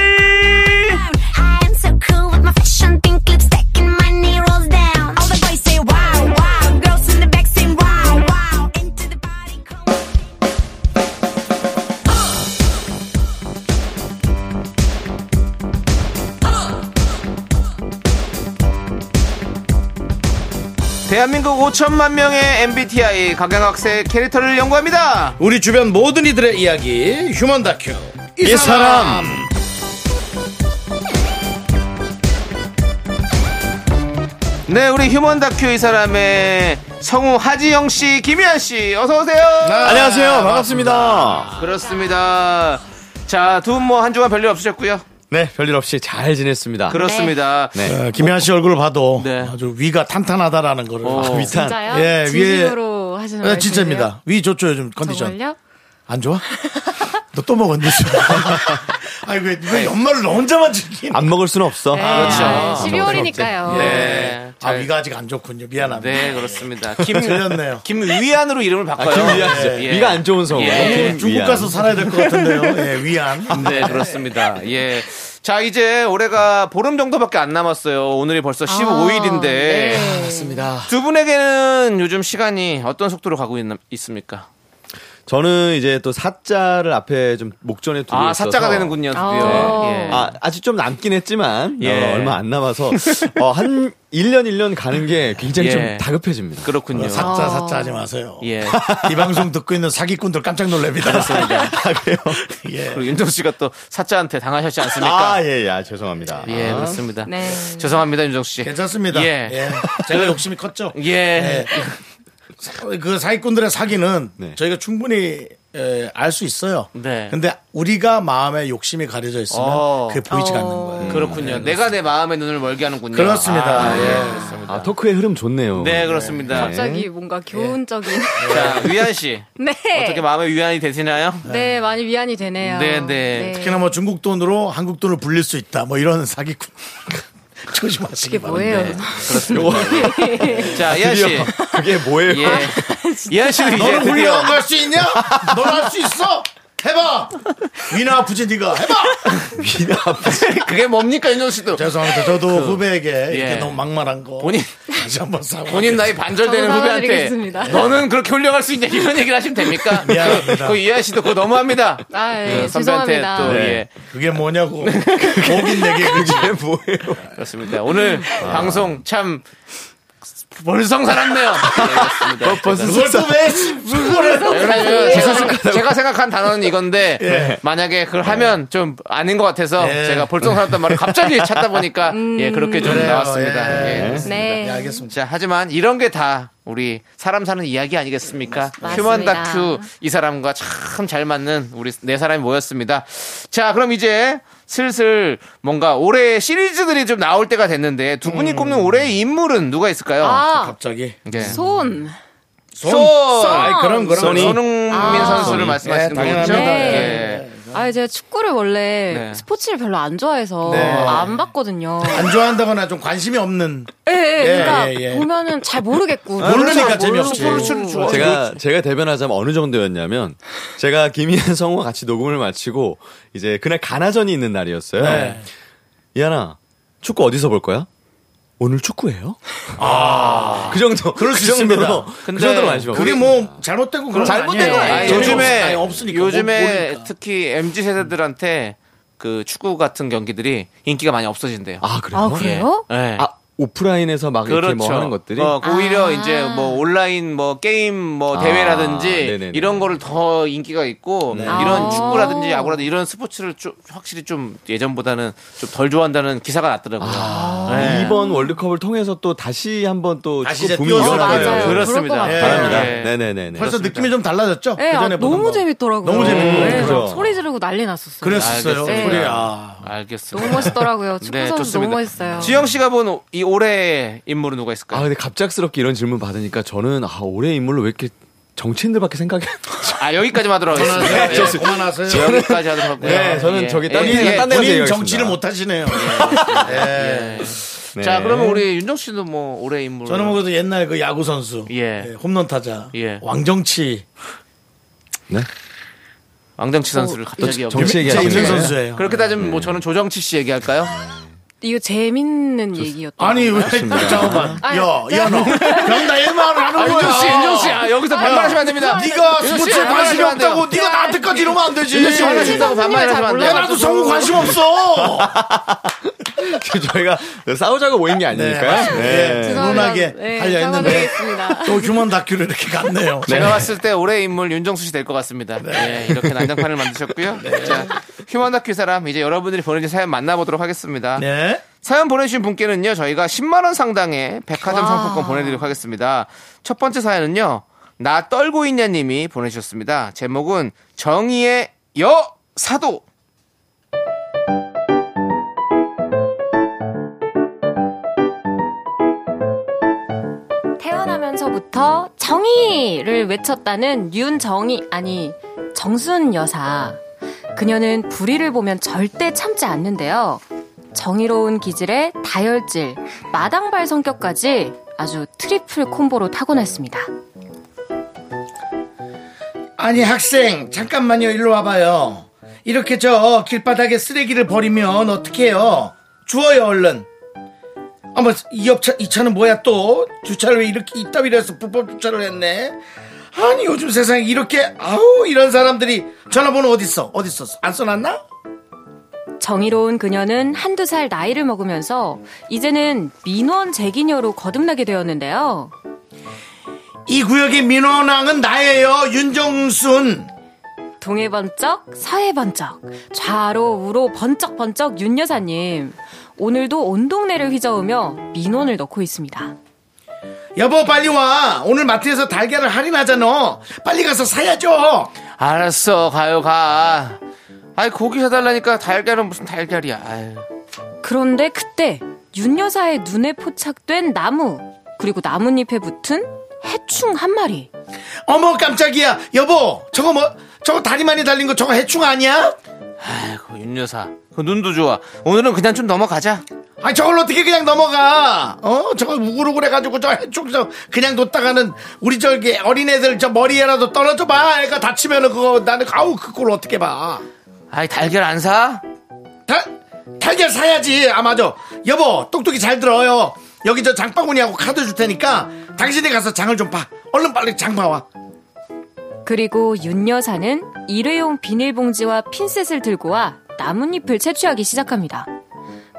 [SPEAKER 2] 대한민국 5천만 명의 MBTI 각양학생 캐릭터를 연구합니다.
[SPEAKER 1] 우리 주변 모든 이들의 이야기 휴먼 다큐. 이, 사람.
[SPEAKER 2] 네, 우리 휴먼 다큐 이 사람의 성우 하지영 씨, 김희한 씨, 어서 오세요.
[SPEAKER 1] 안녕하세요.
[SPEAKER 6] 반갑습니다.
[SPEAKER 2] 그렇습니다. 자, 두 분 뭐 한 주간 별일 없으셨고요.
[SPEAKER 6] 네, 별일 없이 잘 지냈습니다.
[SPEAKER 2] 그렇습니다.
[SPEAKER 6] 네.
[SPEAKER 1] 어, 김혜아 씨 얼굴을 봐도
[SPEAKER 2] 네.
[SPEAKER 1] 아주 위가 탄탄하다라는 거를.
[SPEAKER 2] 어.
[SPEAKER 1] 아,
[SPEAKER 6] 위탄.
[SPEAKER 7] 진짜요?
[SPEAKER 1] 예,
[SPEAKER 7] 진심으로 하시는
[SPEAKER 1] 네,
[SPEAKER 7] 말씀이에요?
[SPEAKER 1] 진짜입니다. 위 좋죠 요즘 컨디션.
[SPEAKER 7] 정말요?
[SPEAKER 1] 안 좋아? 너 또 먹었니? 아니 왜, 왜 연말을 너 혼자만 즐기니?
[SPEAKER 6] 안 먹을 수는 없어.
[SPEAKER 7] 네.
[SPEAKER 2] 그렇죠.
[SPEAKER 7] 아, 12월이니까요.
[SPEAKER 2] 네.
[SPEAKER 1] 아 위가 아직 안 좋군요. 미안합니다.
[SPEAKER 2] 네, 그렇습니다. 김,
[SPEAKER 1] 틀렸네요. 아,
[SPEAKER 2] 김위안으로 이름을 바꿔요.
[SPEAKER 6] 아, 김위안 씨.
[SPEAKER 2] 예.
[SPEAKER 6] 위가 안 좋은 성우.
[SPEAKER 2] 예.
[SPEAKER 6] 김
[SPEAKER 1] 중국
[SPEAKER 6] 위안.
[SPEAKER 1] 가서 살아야 될 것 같은데요. 예, 위안.
[SPEAKER 2] 네, 그렇습니다. 예. 자, 이제 올해가 보름 정도밖에 안 남았어요. 오늘이 벌써 15일인데.
[SPEAKER 7] 아, 네.
[SPEAKER 1] 아,
[SPEAKER 6] 맞습니다.
[SPEAKER 1] 예.
[SPEAKER 2] 두 분에게는 요즘 시간이 어떤 속도로 가고 있, 습니까
[SPEAKER 6] 저는 이제 또 사자를 앞에 좀 목전에 두고
[SPEAKER 2] 아
[SPEAKER 6] 있어서
[SPEAKER 2] 사자가 되는군요. 드디어.
[SPEAKER 7] 아.
[SPEAKER 2] 예.
[SPEAKER 6] 아, 아직 좀 남긴 했지만
[SPEAKER 2] 예.
[SPEAKER 6] 어, 얼마 안 남아서 어, 한 1년 1년 가는 게 굉장히
[SPEAKER 2] 예.
[SPEAKER 6] 좀 다급해집니다.
[SPEAKER 2] 그렇군요.
[SPEAKER 1] 사짜 사짜 하지 마세요.
[SPEAKER 2] 예.
[SPEAKER 1] 이 방송 듣고 있는 사기꾼들 깜짝 놀랍니다.
[SPEAKER 6] 아, 그래요?
[SPEAKER 1] 예.
[SPEAKER 2] 그리고 윤정 씨가 또 사자한테 당하셨지 않습니까?
[SPEAKER 6] 아, 예, 예, 아, 죄송합니다.
[SPEAKER 2] 예,
[SPEAKER 6] 아.
[SPEAKER 2] 그렇습니다.
[SPEAKER 7] 네.
[SPEAKER 2] 죄송합니다, 윤정 씨.
[SPEAKER 1] 괜찮습니다.
[SPEAKER 2] 예.
[SPEAKER 1] 예. 제가 욕심이 컸죠.
[SPEAKER 2] 예.
[SPEAKER 1] 예. 그 사기꾼들의 사기는
[SPEAKER 6] 네.
[SPEAKER 1] 저희가 충분히 예, 알 수 있어요.
[SPEAKER 2] 네.
[SPEAKER 1] 근데 우리가 마음에 욕심이 가려져 있으면
[SPEAKER 2] 어.
[SPEAKER 1] 그게 보이지가 않는 거예요.
[SPEAKER 2] 그렇군요. 내가 내 마음의 눈을 멀게 하는군요.
[SPEAKER 1] 음. 네, 그렇습니다.
[SPEAKER 2] 아,
[SPEAKER 1] 예.
[SPEAKER 6] 아, 토크의 흐름 좋네요.
[SPEAKER 2] 네, 그렇습니다.
[SPEAKER 7] 갑자기 뭔가 교훈적인.
[SPEAKER 2] 자, 위안 씨.
[SPEAKER 7] 네.
[SPEAKER 2] 어떻게 마음의 위안이 되시나요?
[SPEAKER 7] 네, 많이 위안이 되네요.
[SPEAKER 2] 네, 네.
[SPEAKER 1] 특히나 뭐 중국 돈으로 한국 돈을 불릴 수 있다. 뭐 이런 사기꾼.
[SPEAKER 7] 그게
[SPEAKER 1] 조심하시기 바랍니다.
[SPEAKER 7] 뭐예요?
[SPEAKER 1] 네.
[SPEAKER 2] 자,
[SPEAKER 1] 아,
[SPEAKER 2] 이한 씨.
[SPEAKER 6] 드디어 그게 뭐예요?
[SPEAKER 2] 예. 이한 씨도 이제
[SPEAKER 1] 너는 훌륭한
[SPEAKER 2] 드디어
[SPEAKER 1] 거 할 수 있냐? 넌 할 수 있어? 해봐. 위나 아프지 네가 해봐.
[SPEAKER 2] 그게 뭡니까, 윤정 씨도.
[SPEAKER 1] 죄송합니다. 저도 후배에게 이렇게
[SPEAKER 2] 예.
[SPEAKER 1] 너무 막말한 거
[SPEAKER 2] 본인-
[SPEAKER 1] 다시 한번 사과.
[SPEAKER 2] 본인 나이 반절되는 후배한테
[SPEAKER 7] 사과드리겠습니다.
[SPEAKER 2] 너는 그렇게 훌륭할 수 있냐 이런 얘기를 하시면 됩니까?
[SPEAKER 1] 미안합니다.
[SPEAKER 2] 그 이한 씨도 그거 너무합니다.
[SPEAKER 7] 아, 예,
[SPEAKER 2] 그 선배한테
[SPEAKER 7] 죄송합니다.
[SPEAKER 2] 또
[SPEAKER 1] 네.
[SPEAKER 2] 예.
[SPEAKER 1] 그게 뭐냐고. 목인 내게 그게 뭐예요?
[SPEAKER 2] 그렇습니다. 오늘
[SPEAKER 1] 아.
[SPEAKER 2] 방송 참 벌성사납네요.
[SPEAKER 1] 그걸 또왜 그걸
[SPEAKER 2] 네, 제가, 제가 생각한 단어는 이건데 만약에 그걸 하면 좀 아닌 것 같아서
[SPEAKER 1] 예.
[SPEAKER 2] 제가 벌성사납단 말을 갑자기 찾다 보니까 예 그렇게 좀
[SPEAKER 1] 그래요.
[SPEAKER 2] 나왔습니다.
[SPEAKER 1] 예.
[SPEAKER 2] 예.
[SPEAKER 1] 예,
[SPEAKER 7] 네.
[SPEAKER 1] 알겠습니다.
[SPEAKER 2] 자, 하지만 이런 게 다 우리 사람 사는 이야기 아니겠습니까?
[SPEAKER 7] 맞습니다.
[SPEAKER 2] 휴먼 다큐 이 사람과 참 잘 맞는 우리 네 사람이 모였습니다. 자, 그럼 이제 슬슬 뭔가 올해 시리즈들이 좀 나올 때가 됐는데 두 분이 꼽는 올해의 인물은 누가 있을까요?
[SPEAKER 7] 아,
[SPEAKER 1] 갑자기.
[SPEAKER 2] 예.
[SPEAKER 7] 손.
[SPEAKER 1] 손.
[SPEAKER 2] 손!
[SPEAKER 1] 아이, 그럼 그럼. 손.
[SPEAKER 2] 손 손흥민
[SPEAKER 7] 아.
[SPEAKER 2] 선수를 말씀하시는
[SPEAKER 1] 예,
[SPEAKER 2] 거죠?
[SPEAKER 1] 당연합니다.
[SPEAKER 2] 예.
[SPEAKER 7] 아, 제가 축구를 원래
[SPEAKER 2] 네.
[SPEAKER 7] 스포츠를 별로 안 좋아해서 안 봤거든요.
[SPEAKER 1] 안 좋아한다거나 좀 관심이 없는
[SPEAKER 7] 예, 예, 그러니까
[SPEAKER 1] 예, 예, 예.
[SPEAKER 7] 보면은 잘 모르겠고.
[SPEAKER 1] 모르니까
[SPEAKER 7] 모르고
[SPEAKER 1] 재미없지.
[SPEAKER 7] 아, 그렇죠. 모르고.
[SPEAKER 6] 어. 제가 제가 대변하자면 어느 정도였냐면 제가 김희한 성우와 같이 녹음을 마치고 이제 그날 가나전이 있는 날이었어요.
[SPEAKER 1] 네.
[SPEAKER 6] 이하나 축구 어디서 볼 거야? 오늘 축구예요? 아, 그 정도.
[SPEAKER 1] 그럴 수
[SPEAKER 6] 그 정도로.
[SPEAKER 1] 있습니다.
[SPEAKER 6] 그
[SPEAKER 2] 근데
[SPEAKER 6] 정도로 안심하고.
[SPEAKER 1] 그게 뭐 잘못되고 그런 건
[SPEAKER 6] 잘못된
[SPEAKER 1] 아니에요.
[SPEAKER 6] 건
[SPEAKER 1] 아니,
[SPEAKER 6] 아니에요. 뭐,
[SPEAKER 1] 전혀
[SPEAKER 2] 요즘에
[SPEAKER 1] 없- 아니, 없으니까.
[SPEAKER 2] 요즘에
[SPEAKER 6] 그러니까.
[SPEAKER 1] 모르니까.
[SPEAKER 2] 특히 MZ 세대들한테 그 축구 같은 경기들이 인기가 많이 없어진대요.
[SPEAKER 6] 아 그래요?
[SPEAKER 7] 아, 그래요?
[SPEAKER 2] 예.
[SPEAKER 6] 아, 오프라인에서 막 이렇게
[SPEAKER 1] 그렇죠.
[SPEAKER 6] 뭐 하는 것들이
[SPEAKER 2] 어, 오히려
[SPEAKER 7] 아.
[SPEAKER 2] 이제 뭐 온라인 뭐 게임 뭐
[SPEAKER 6] 아,
[SPEAKER 2] 대회라든지
[SPEAKER 6] 네네네. 네.
[SPEAKER 2] 이런 거를 더 인기가 있고 이런
[SPEAKER 7] 아.
[SPEAKER 2] 축구라든지 야구라든지 이런 스포츠를 좀 확실히 좀 예전보다는 좀 덜 좋아한다는 기사가 났더라고요. 네.
[SPEAKER 6] 아, 이번 월드컵을 통해서 또 다시 한번 또
[SPEAKER 1] 다시
[SPEAKER 6] 축구
[SPEAKER 1] 이제
[SPEAKER 5] 예.
[SPEAKER 6] 붐이
[SPEAKER 1] 뛰어서
[SPEAKER 6] 일어나길
[SPEAKER 7] 맞아요.
[SPEAKER 1] 그럴
[SPEAKER 2] 그렇습니다.
[SPEAKER 7] 것 같아요.
[SPEAKER 6] 바랍니다.
[SPEAKER 2] 예.
[SPEAKER 6] 네네네네.
[SPEAKER 1] 벌써 느낌이 좀 달라졌죠?
[SPEAKER 7] 예, 아,
[SPEAKER 1] 그전에 보던
[SPEAKER 7] 너무
[SPEAKER 1] 거.
[SPEAKER 7] 재밌더라고요.
[SPEAKER 1] 너무 재밌고.
[SPEAKER 7] 예,
[SPEAKER 6] 그죠?
[SPEAKER 7] 소리 지르고 난리 났었어요.
[SPEAKER 1] 그랬었어요.
[SPEAKER 2] 알겠어요.
[SPEAKER 1] 소리 아.
[SPEAKER 2] 알겠습니다.
[SPEAKER 7] 너무 멋있더라고요. 축구
[SPEAKER 2] 네,
[SPEAKER 7] 선수
[SPEAKER 2] 좋습니다.
[SPEAKER 7] 너무 멋있어요.
[SPEAKER 2] 지영 씨가 본 이 올해의 인물은
[SPEAKER 6] 아
[SPEAKER 2] 누가 있을까요?
[SPEAKER 6] 근데 갑작스럽게 이런 질문 받으니까 저는 아 올해 인물로 왜 이렇게 정치인들밖에 생각이 안
[SPEAKER 1] 네.
[SPEAKER 6] 나죠?
[SPEAKER 2] 아, 여기까지 하도록 하겠습니다.
[SPEAKER 1] 그만하세요.
[SPEAKER 2] 예.
[SPEAKER 1] 그만하세요.
[SPEAKER 2] 여기까지 하도록 하고요.
[SPEAKER 6] 네, 저는
[SPEAKER 2] 예.
[SPEAKER 6] 저기 딴
[SPEAKER 2] 예.
[SPEAKER 6] 데가
[SPEAKER 2] 예.
[SPEAKER 6] 딴 데로
[SPEAKER 1] 본인
[SPEAKER 6] 얘기하겠습니다.
[SPEAKER 1] 정치를 못하시네요.
[SPEAKER 2] 예. 자, 그러면 우리 윤정 씨도 뭐 올해 인물
[SPEAKER 1] 저는 뭐 그래도 옛날 그 야구 선수,
[SPEAKER 2] 예.
[SPEAKER 1] 예, 홈런 타자,
[SPEAKER 2] 예.
[SPEAKER 1] 왕정치
[SPEAKER 6] 네?
[SPEAKER 2] 왕정치 선수를 갑자기
[SPEAKER 6] 또
[SPEAKER 2] 여기
[SPEAKER 6] 뭐 정치
[SPEAKER 1] 진짜
[SPEAKER 6] 얘기하시는
[SPEAKER 1] 있는
[SPEAKER 6] 거예요? 네.
[SPEAKER 1] 선수예요.
[SPEAKER 2] 그렇게 따지면 뭐 저는 조정치 씨 얘기할까요?
[SPEAKER 7] 이거 재밌는 얘기였던
[SPEAKER 1] 아니 왜그 잠깐만,
[SPEAKER 7] 아,
[SPEAKER 1] 야, 야 너, 병다 일만을 하는 거야.
[SPEAKER 2] 윤정 씨, 윤정 씨, 아, 여기서 반말하시면 안 됩니다.
[SPEAKER 1] 네가
[SPEAKER 2] 윤정 씨, 아,
[SPEAKER 1] 스포츠에 관심이
[SPEAKER 2] 반말하시면 안 돼요.
[SPEAKER 1] 없다고 네가 나한테까지 이러면 안 되지.
[SPEAKER 2] 윤정 씨
[SPEAKER 1] 야
[SPEAKER 2] 반말하신다고 반말하시면 안 돼요. 그
[SPEAKER 1] 나도 성우 관심 없어.
[SPEAKER 6] 저희가 싸우자고 모인 게 아니니까요.
[SPEAKER 1] 맞습니다.
[SPEAKER 6] 네.
[SPEAKER 1] 예.
[SPEAKER 7] 죄송합니다.
[SPEAKER 1] 훈훈하게
[SPEAKER 7] 네,
[SPEAKER 1] 하려 했는데
[SPEAKER 7] 사과드리겠습니다.
[SPEAKER 1] 또 휴먼 다큐를 이렇게 갔네요.
[SPEAKER 2] 제가 봤을 때 올해 인물 윤정수 씨 될 것 같습니다. 예, 이렇게 난장판을 만드셨고요. 자, 휴먼 다큐 사람 이제 여러분들이 보내주신 사연 만나보도록 하겠습니다.
[SPEAKER 1] 네.
[SPEAKER 2] 사연 보내주신 분께는요 저희가 10만 원 상당의 백화점
[SPEAKER 7] 와.
[SPEAKER 2] 상품권 보내드리도록 하겠습니다. 첫 번째 사연은요 나 떨고 있냐님이 보내주셨습니다. 제목은 정의의 여 사도.
[SPEAKER 7] 태어나면서부터 정의를 외쳤다는 윤정희 아니 정순 여사. 그녀는 불의를 보면 절대 참지 않는데요. 정의로운 기질에 다혈질, 마당발 성격까지 아주 트리플 콤보로 타고났습니다.
[SPEAKER 1] 아니 학생 잠깐만요 일로 와봐요 이렇게 저 길바닥에 쓰레기를 버리면 어떡해요 주워요 얼른 어머 이, 옆차, 이 차는 뭐야 또 주차를 왜 이렇게 이따위로 해서 불법 주차를 했네 아니 요즘 세상에 이렇게 아우 이런 사람들이 전화번호 어딨어 어딨어 안 써놨나?
[SPEAKER 7] 정의로운 그녀는 한두 살 나이를 먹으면서 이제는 민원 재기녀로 거듭나게 되었는데요.
[SPEAKER 1] 이 구역의 민원왕은 나예요 윤정순
[SPEAKER 7] 동해 번쩍, 서해 번쩍, 좌로 우로 번쩍 번쩍 윤 여사님. 오늘도 온 동네를 휘저으며 민원을 넣고 있습니다.
[SPEAKER 1] 여보 빨리 와 오늘 마트에서 달걀을 할인하잖아 빨리 가서 사야죠
[SPEAKER 2] 알았어, 가요, 가. 아이, 고기 사달라니까 달걀은 무슨 달걀이야. 아유.
[SPEAKER 7] 그런데 그때 윤 여사의 눈에 포착된 나무 그리고 나뭇잎에 붙은 해충 한 마리.
[SPEAKER 1] 어머 깜짝이야 여보 저거 뭐 저거 다리만이 달린 거 저거 해충 아니야?
[SPEAKER 2] 아이고, 윤여사. 그 눈도 좋아. 오늘은 그냥 좀 넘어가자.
[SPEAKER 1] 아니 저걸 어떻게 그냥 넘어가 어 저거 우글우글 해가지고 저 해충 저 그냥 뒀다가는 우리 저기 어린애들 저 머리에라도 떨어져 봐 애가 다치면은 그거 나는 아우 그 꼴 어떻게 봐
[SPEAKER 2] 아이, 달걀 안 사?
[SPEAKER 1] 다, 달걀 사야지. 아, 맞아. 여보, 똑똑히 잘 들어요. 여기 저 장바구니하고 카드 줄 테니까 당신이 가서 장을 좀 봐. 얼른 빨리 장 봐와.
[SPEAKER 7] 그리고 윤 여사는 일회용 비닐봉지와 핀셋을 들고 와 나뭇잎을 채취하기 시작합니다.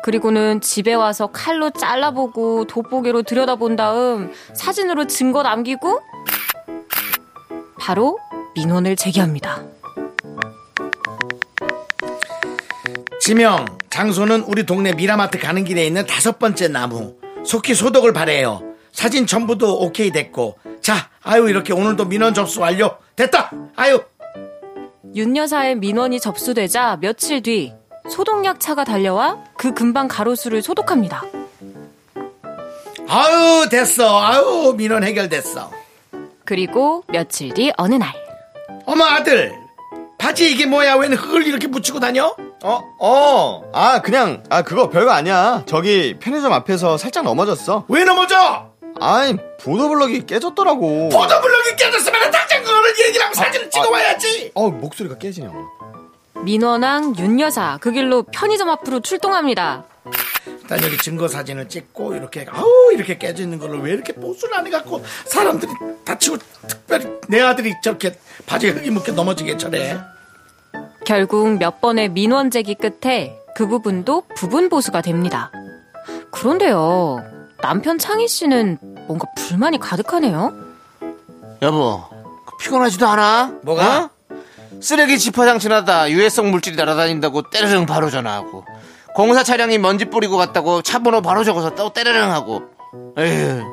[SPEAKER 7] 그리고는 집에 와서 칼로 잘라보고 돋보기로 들여다본 다음 사진으로 증거 남기고 바로 민원을 제기합니다.
[SPEAKER 1] 지명, 장소는 우리 동네 미라마트 가는 길에 있는 다섯 번째 나무. 속히 소독을 바래요. 사진 전부도 오케이 됐고. 자, 아유, 이렇게 오늘도 민원 접수 완료. 됐다! 아유!
[SPEAKER 7] 윤 여사의 민원이 접수되자 며칠 뒤 소독약 차가 달려와 그 근방 가로수를 소독합니다.
[SPEAKER 1] 아유, 됐어. 아유, 민원 해결됐어.
[SPEAKER 7] 그리고 며칠 뒤 어느 날
[SPEAKER 1] 어머, 아들! 바지 이게 뭐야? 웬 흙을 이렇게 묻히고 다녀?
[SPEAKER 6] 어, 어. 아, 그냥, 아, 그거 별거 아니야. 저기 편의점 앞에서 살짝 넘어졌어.
[SPEAKER 1] 왜 넘어져?
[SPEAKER 6] 아이, 보도블럭이 깨졌더라고.
[SPEAKER 1] 보도블록이 깨졌으면 당장 그거는 얘기랑 사진을 찍어와야지.
[SPEAKER 6] 어, 목소리가 깨지네요.
[SPEAKER 7] 민원왕 윤 여사 그 길로 편의점 앞으로 출동합니다.
[SPEAKER 1] 일단 여기 증거 사진을 찍고 이렇게 아우 이렇게 깨지는 걸로 왜 이렇게 보수를 안 해갖고 사람들이 다치고 특별히 내 아들이 저렇게 바지에 흙이 묻게 넘어지게 저래.
[SPEAKER 7] 결국 몇 번의 민원 제기 끝에 그 부분도 부분 보수가 됩니다. 그런데요, 남편 창희 씨는 뭔가 불만이 가득하네요.
[SPEAKER 2] 여보, 그 피곤하지도 않아?
[SPEAKER 1] 뭐가?
[SPEAKER 2] 어? 쓰레기 집화장 지나다 유해성 물질이 날아다닌다고 때르릉 바로 전화하고 공사 차량이 먼지 뿌리고 갔다고 차 번호 바로 적어서 또 때르릉 하고 에휴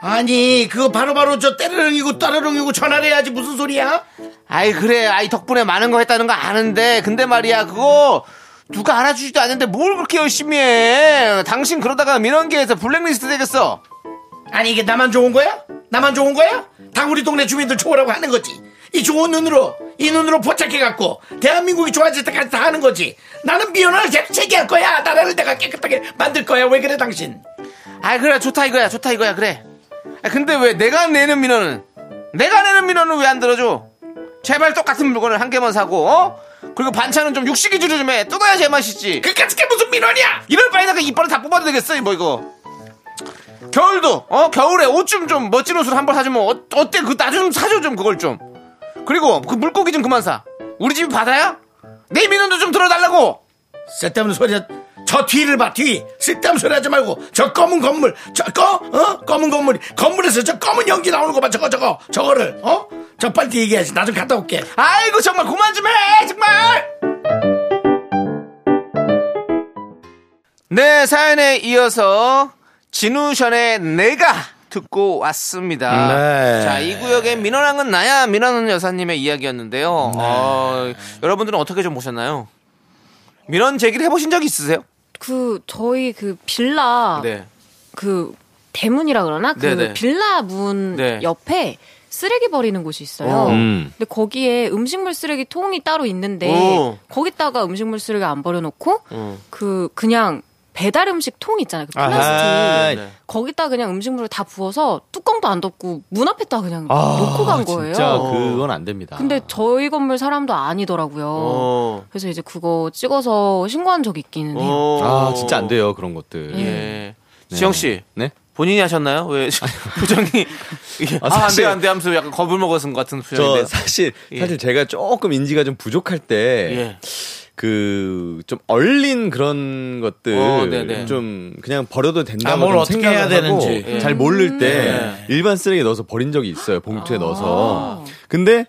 [SPEAKER 1] 아니 그거 바로바로 저 때르릉이고 따르릉이고 전화를 해야지 무슨 소리야?
[SPEAKER 2] 아이 그래 아이 덕분에 많은 거 했다는 거 아는데 근데 말이야 그거 누가 알아주지도 않는데 뭘 그렇게 열심히 해 당신 그러다가 민원계에서 블랙리스트 되겠어
[SPEAKER 1] 아니 이게 나만 좋은 거야? 나만 좋은 거야? 다 우리 동네 주민들 좋으라고 하는 거지. 이 좋은 눈으로 이 눈으로 포착해갖고 대한민국이 좋아질 때까지 다 하는 거지. 나는 미연을 계속 제기할 거야. 나라를 내가 깨끗하게 만들 거야. 왜 그래 당신?
[SPEAKER 2] 아이 그래 좋다 이거야 좋다 이거야 그래 아, 근데 왜 내가 내는 민원은 내가 내는 민원은 왜 안 들어줘 제발 똑같은 물건을 한 개만 사고 어 그리고 반찬은 좀 육식 위주로 좀해 뜯어야 제맛이지
[SPEAKER 1] 그까짓 게 무슨 민원이야?
[SPEAKER 2] 이럴 바에다가 이빨을 다 뽑아도 되겠어 뭐 이거 겨울도 어 겨울에 옷 좀 좀 멋진 옷을 한 벌 사주면 어, 어때 그 나도 좀 사줘 좀 그걸 좀 그리고 그 물고기 좀 그만 사 우리 집이 바다야 내 민원도 좀 들어달라고
[SPEAKER 1] 쓸데없는 소리야. 저 뒤를 봐 뒤. 쓸데없는 소리 하지 말고 저 검은 건물 저거 어 검은 건물 건물에서 저 검은 연기 나오는 거 봐 저거 저거 저거를 어저 빨리 얘기해야지. 나 좀 갔다 올게.
[SPEAKER 2] 아이고 정말 그만 좀 해 정말 네 사연에 이어서 진우션의 내가 듣고 왔습니다.
[SPEAKER 1] 네.
[SPEAKER 2] 자, 이 구역의 민원왕은 나야 민원은 여사님의 이야기였는데요. 어, 여러분들은 어떻게 좀 보셨나요? 민원 제기를 해보신 적 있으세요?
[SPEAKER 7] 그 저희 그 빌라 그 대문이라 그러나 그
[SPEAKER 2] 네. 네네.
[SPEAKER 7] 빌라 문
[SPEAKER 2] 네.
[SPEAKER 7] 옆에 쓰레기 버리는 곳이 있어요.
[SPEAKER 6] 음.
[SPEAKER 7] 근데 거기에 음식물 쓰레기 통이 따로 있는데
[SPEAKER 2] 오.
[SPEAKER 7] 거기다가 음식물 쓰레기 안 버려놓고
[SPEAKER 2] 음.
[SPEAKER 7] 그 그냥 배달 음식 통 있잖아요. 그
[SPEAKER 6] 아하.
[SPEAKER 2] 네.
[SPEAKER 7] 플라스틱 거기다 그냥 음식물을 다 부어서 뚜껑도 안 덮고 문 앞에다 그냥
[SPEAKER 2] 아,
[SPEAKER 7] 놓고 간 거예요.
[SPEAKER 6] 아, 진짜 그건 안 됩니다.
[SPEAKER 7] 근데 저희 건물 사람도 아니더라고요.
[SPEAKER 2] 어.
[SPEAKER 7] 그래서 이제 그거 찍어서 신고한 적이 있기는 해요.
[SPEAKER 5] 아,
[SPEAKER 6] 아, 진짜 안 돼요 그런 것들.
[SPEAKER 2] 예.
[SPEAKER 6] 네.
[SPEAKER 2] 지영 씨
[SPEAKER 6] 네.
[SPEAKER 2] 본인이 하셨나요? 왜 표정이 이게
[SPEAKER 6] 아,
[SPEAKER 2] 아, 안돼
[SPEAKER 6] 사실-
[SPEAKER 2] 안돼 하면서 약간 겁을 먹었은 것 같은
[SPEAKER 6] 저
[SPEAKER 2] 표정인데.
[SPEAKER 6] 사실
[SPEAKER 2] 예.
[SPEAKER 6] 사실 제가 조금 인지가 좀 부족할 때
[SPEAKER 2] 예.
[SPEAKER 6] 그 좀 얼린 그런 것들
[SPEAKER 2] 어, 네네.
[SPEAKER 6] 좀 그냥 버려도
[SPEAKER 1] 아,
[SPEAKER 6] 된다고
[SPEAKER 1] 뭘
[SPEAKER 6] 좀
[SPEAKER 1] 어떻게
[SPEAKER 6] 생각을
[SPEAKER 1] 해야
[SPEAKER 6] 하고
[SPEAKER 1] 되는지.
[SPEAKER 2] 예.
[SPEAKER 6] 잘 모를 때
[SPEAKER 2] 음.
[SPEAKER 6] 일반 쓰레기 넣어서 버린 적이 있어요 봉투에 넣어서 근데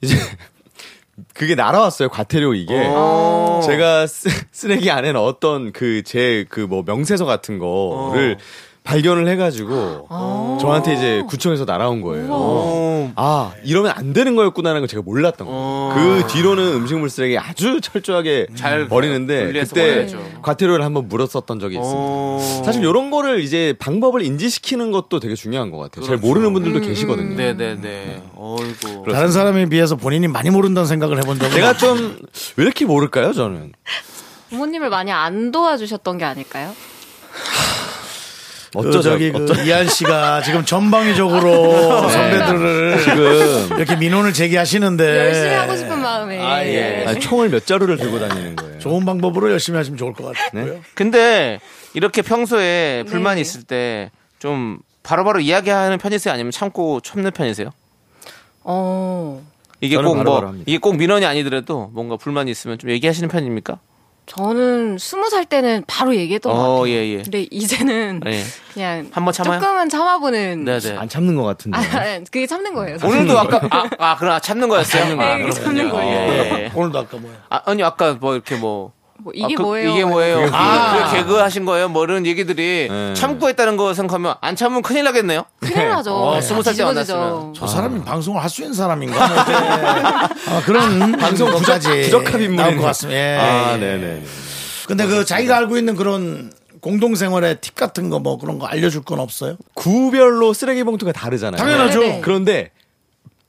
[SPEAKER 6] 이제 그게 날아왔어요 과태료 이게
[SPEAKER 2] 어.
[SPEAKER 6] 예. 제가 쓰, 쓰레기 안에 넣었던 그 제 그 뭐 명세서 같은 거를 발견을 해가지고
[SPEAKER 2] 아.
[SPEAKER 6] 저한테 이제 구청에서 날아온 거예요.
[SPEAKER 2] 어.
[SPEAKER 6] 아 이러면 안 되는 거였구나라는 걸 제가 몰랐던
[SPEAKER 2] 어.
[SPEAKER 6] 거예요. 그 뒤로는 음식물 쓰레기 아주 철저하게
[SPEAKER 2] 잘
[SPEAKER 6] 버리는데
[SPEAKER 2] 분리해서
[SPEAKER 6] 그때
[SPEAKER 2] 버려야죠.
[SPEAKER 6] 과태료를 한번 물었었던 적이 있습니다.
[SPEAKER 2] 어.
[SPEAKER 6] 사실 이런 거를 이제 방법을 인지시키는 것도 되게 중요한 것 같아요. 잘
[SPEAKER 2] 그렇죠.
[SPEAKER 6] 모르는 분들도 계시거든요.
[SPEAKER 2] 음. 네네네. 어이구.
[SPEAKER 1] 다른 사람에 비해서 본인이 많이 모른다는 생각을 해본 적은
[SPEAKER 6] 제가
[SPEAKER 1] 없어요.
[SPEAKER 6] 좀 왜 이렇게 모를까요, 저는?
[SPEAKER 7] 부모님을 많이 안 도와주셨던 게 아닐까요?
[SPEAKER 1] 그
[SPEAKER 6] 어쩌죠?
[SPEAKER 1] 저기 그
[SPEAKER 6] 어쩌...
[SPEAKER 1] 이한 씨가 지금 전방위적으로 선배들을
[SPEAKER 6] 지금
[SPEAKER 1] 이렇게 민원을 제기하시는데
[SPEAKER 7] 열심히 하고 싶은 마음에.
[SPEAKER 2] 네. 아, 예.
[SPEAKER 6] 아니, 총을 몇 자루를 들고 다니는 거예요.
[SPEAKER 1] 좋은 방법으로 열심히 하시면 좋을 것 같고요.
[SPEAKER 6] 네?
[SPEAKER 2] 근데 이렇게 평소에 불만이
[SPEAKER 7] 네.
[SPEAKER 2] 있을 때 좀 바로바로 이야기하는 편이세요? 아니면 참고 참는 편이세요?
[SPEAKER 7] 어,
[SPEAKER 2] 이게
[SPEAKER 6] 저는
[SPEAKER 2] 꼭 뭐
[SPEAKER 6] 바로바로 합니다.
[SPEAKER 2] 이게 꼭 민원이 아니더라도 뭔가 불만이 있으면 좀 얘기하시는 편입니까?
[SPEAKER 7] 저는 스무 살 때는 바로 얘기했던 것
[SPEAKER 2] 어,
[SPEAKER 7] 같아요.
[SPEAKER 2] 예, 예.
[SPEAKER 7] 근데 이제는
[SPEAKER 2] 예.
[SPEAKER 7] 그냥
[SPEAKER 2] 한번 참아요?
[SPEAKER 7] 조금은 참아보는.
[SPEAKER 2] 네, 네.
[SPEAKER 6] 안 참는 것 같은데.
[SPEAKER 7] 아, 그게 참는 거예요.
[SPEAKER 2] 오늘도 아까 아, 아 그럼 참는 거였어요. 아, 참는
[SPEAKER 7] 거예요. 네, 이게 참는 거예요.
[SPEAKER 1] 오늘도 아까 뭐야?
[SPEAKER 2] 아, 니 아까 뭐 이렇게 뭐
[SPEAKER 7] 뭐 이게
[SPEAKER 2] 아, 그-
[SPEAKER 7] 뭐예요?
[SPEAKER 2] 이게 뭐예요?
[SPEAKER 1] 아.
[SPEAKER 2] 그 개그 하신 거예요? 뭐 이런 얘기들이
[SPEAKER 6] 네.
[SPEAKER 2] 참고 했다는 거 생각하면 안 참으면 큰일 나겠네요.
[SPEAKER 7] 큰일 나죠.
[SPEAKER 2] 어, 스무 살때
[SPEAKER 7] 뒤집어지죠.
[SPEAKER 2] 만났으면.
[SPEAKER 1] 저 사람이
[SPEAKER 6] 아.
[SPEAKER 1] 방송을 할 수 있는 사람인가? 네. 아, 그런
[SPEAKER 6] 방송 부적-
[SPEAKER 1] 것까지
[SPEAKER 6] 부적합 인물이네요.
[SPEAKER 1] 나올 것 같습니다. 예.
[SPEAKER 6] 아,
[SPEAKER 1] 예.
[SPEAKER 6] 네네.
[SPEAKER 1] 근데 그 자기가 알고 있는 그런 공동생활의 팁 같은 거 뭐 그런 거 알려줄 건 없어요?
[SPEAKER 6] 구별로 쓰레기 봉투가 다르잖아요.
[SPEAKER 1] 당연하죠.
[SPEAKER 7] 네네.
[SPEAKER 6] 그런데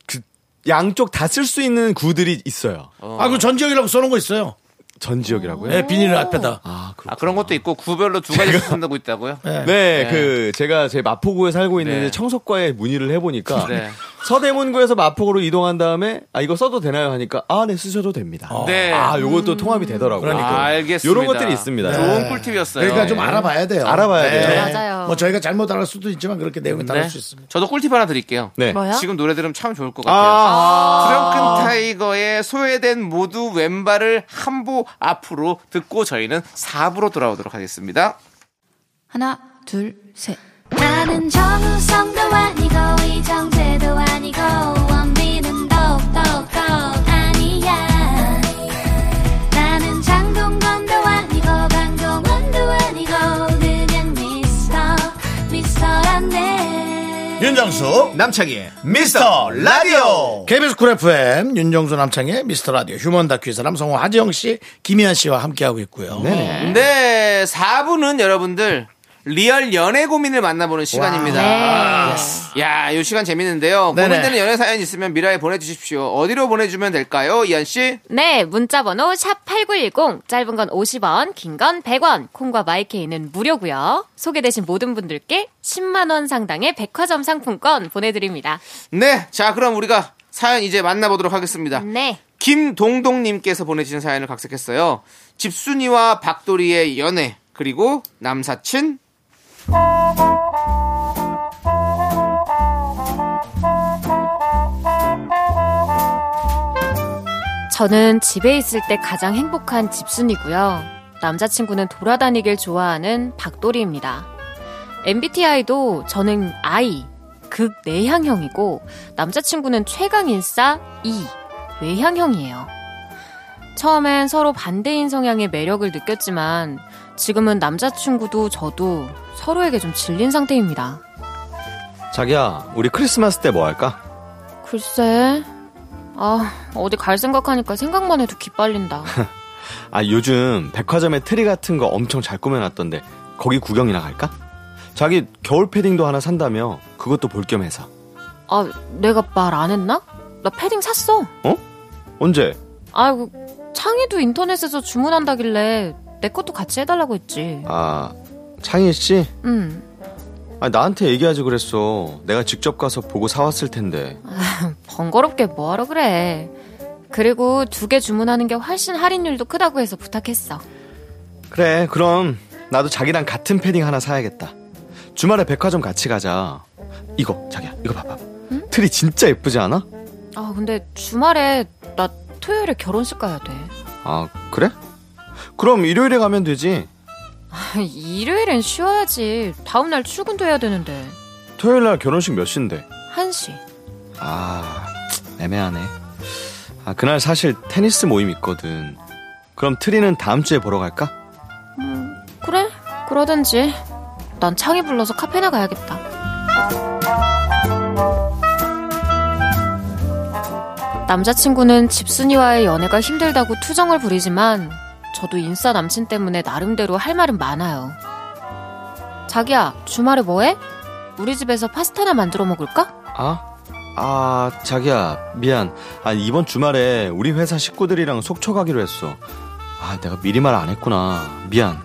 [SPEAKER 6] 그 양쪽 다 쓸 수 있는 구들이 있어요.
[SPEAKER 1] 아, 그 전지혁이라고 써놓은 거 있어요.
[SPEAKER 6] 전 지역이라고요?
[SPEAKER 2] 어.
[SPEAKER 1] 예, 비닐 앞에다.
[SPEAKER 6] 아, 그렇
[SPEAKER 2] 아 그런 것도 있고 구별로 두 가지 쓴다고 있다고요?
[SPEAKER 1] 예.
[SPEAKER 6] 네,
[SPEAKER 2] 네.
[SPEAKER 6] 그 제가 제 마포구에 살고 있는데
[SPEAKER 2] 네.
[SPEAKER 6] 청소과에 문의를 해보니까
[SPEAKER 2] 네.
[SPEAKER 6] 서대문구에서 마포구로 이동한 다음에 아 이거 써도 되나요 하니까 아 네 쓰셔도 됩니다.
[SPEAKER 2] 네.
[SPEAKER 6] 아 요것도
[SPEAKER 4] 음.
[SPEAKER 6] 통합이 되더라고요.
[SPEAKER 2] 아, 알겠습니다.
[SPEAKER 6] 이런 것들이 있습니다.
[SPEAKER 2] 좋은 꿀팁이었어요.
[SPEAKER 1] 그러니까 좀
[SPEAKER 2] 예.
[SPEAKER 1] 알아봐야 돼요.
[SPEAKER 6] 네.
[SPEAKER 1] 네.
[SPEAKER 6] 알아봐야 돼요.
[SPEAKER 7] 맞아요.
[SPEAKER 1] 뭐 저희가 잘못 알을 수도 있지만 그렇게 내용이 다를
[SPEAKER 2] 네.
[SPEAKER 1] 수 있습니다.
[SPEAKER 2] 저도 꿀팁 하나 드릴게요.
[SPEAKER 6] 네.
[SPEAKER 7] 뭐요?
[SPEAKER 2] 지금 노래 들으면 참 좋을 것 같아요.
[SPEAKER 6] 아,
[SPEAKER 2] 트렁큰 타이거의 소외된 모두 왼발을 한보 앞으로 듣고 저희는 4부로 돌아오도록 하겠습니다.
[SPEAKER 8] 하나, 둘, 셋.
[SPEAKER 4] 나는 정우성도 아니고 이정재도 아니고 원빈은 더욱더 아니야 나는 장동건도 아니고 강동원도 아니고 그냥 미스터 미스터란데
[SPEAKER 1] 윤정수 남창희의 미스터 라디오 KBS 쿨 FM 윤정수 남창희의 미스터 라디오 휴먼 다큐의 사람 성우 하지영 씨 김희한 씨와 함께하고 있고요
[SPEAKER 6] 네네.
[SPEAKER 2] 네, 4부는 여러분들 리얼 연애 고민을 만나보는 시간입니다. 아. 야, 이 시간 재밌는데요.
[SPEAKER 1] 네. 네네.
[SPEAKER 2] 고민되는 연애 사연 있으면 미라에 보내주십시오. 어디로 보내주면 될까요, 이한 씨?
[SPEAKER 7] 네, 문자번호 샵8910, 짧은 건 50원, 긴 건 100원, 콩과 마이케이는 무료고요 소개되신 모든 분들께 10만원 상당의 백화점 상품권 보내드립니다.
[SPEAKER 2] 네, 자 그럼 우리가 사연 이제 만나보도록 하겠습니다.
[SPEAKER 7] 네.
[SPEAKER 2] 김동동님께서 보내주신 사연을 각색했어요. 집순이와 박돌이의 연애 그리고 남사친.
[SPEAKER 7] 저는 집에 있을 때 가장 행복한 집순이고요. 남자친구는 돌아다니길 좋아하는 박돌이입니다. MBTI도 저는 I, 극 내향형이고 남자친구는 최강 인싸 E, 외향형이에요. 처음엔 서로 반대인 성향의 매력을 느꼈지만 지금은 남자친구도 저도 서로에게 좀 질린 상태입니다.
[SPEAKER 6] 자기야, 우리 크리스마스 때 뭐 할까?
[SPEAKER 7] 글쎄, 아, 어디 갈 생각하니까 생각만 해도 기빨린다.
[SPEAKER 6] 아 요즘 백화점에 트리 같은 거 엄청 잘 꾸며놨던데 거기 구경이나 갈까? 자기 겨울 패딩도 하나 산다며 그것도 볼 겸 해서
[SPEAKER 7] 아, 내가 말 안 했나? 나 패딩 샀어.
[SPEAKER 6] 언제?
[SPEAKER 7] 아이고, 창희도 인터넷에서 주문한다길래 내 것도 같이 해달라고 했지.
[SPEAKER 6] 아 창희 씨,
[SPEAKER 7] 음,
[SPEAKER 6] 아 나한테 얘기하지 그랬어. 내가 직접 가서 보고 사왔을 텐데.
[SPEAKER 7] 번거롭게 뭐하러 그래. 그리고 두 개 주문하는 게 훨씬 할인율도 크다고 해서 부탁했어.
[SPEAKER 6] 그래, 그럼 나도 자기랑 같은 패딩 하나 사야겠다. 주말에 백화점 같이 가자. 이거 자기야 이거 봐봐. 틀이 진짜 예쁘지 않아?
[SPEAKER 7] 아, 근데 주말에 나 토요일에 결혼식 가야 돼.
[SPEAKER 6] 아 그래? 그럼 일요일에 가면 되지.
[SPEAKER 7] 일요일엔 쉬어야지. 다음날 출근도 해야 되는데.
[SPEAKER 6] 토요일 날 결혼식 몇 시인데?
[SPEAKER 7] 1시.
[SPEAKER 6] 아 애매하네. 아 그날 사실 테니스 모임 있거든. 그럼 트리는 다음 주에 보러 갈까?
[SPEAKER 7] 그래? 그러든지. 난 창이 불러서 카페나 가야겠다. 남자친구는 집순이와의 연애가 힘들다고 투정을 부리지만 저도 인싸 남친 때문에 나름대로 할 말은 많아요. 자기야, 주말에 뭐해? 우리 집에서 파스타나 만들어 먹을까?
[SPEAKER 6] 아? 아, 자기야, 미안. 아, 이번 주말에 우리 회사 식구들이랑 속초 가기로 했어. 아, 내가 미리 말 안 했구나. 미안.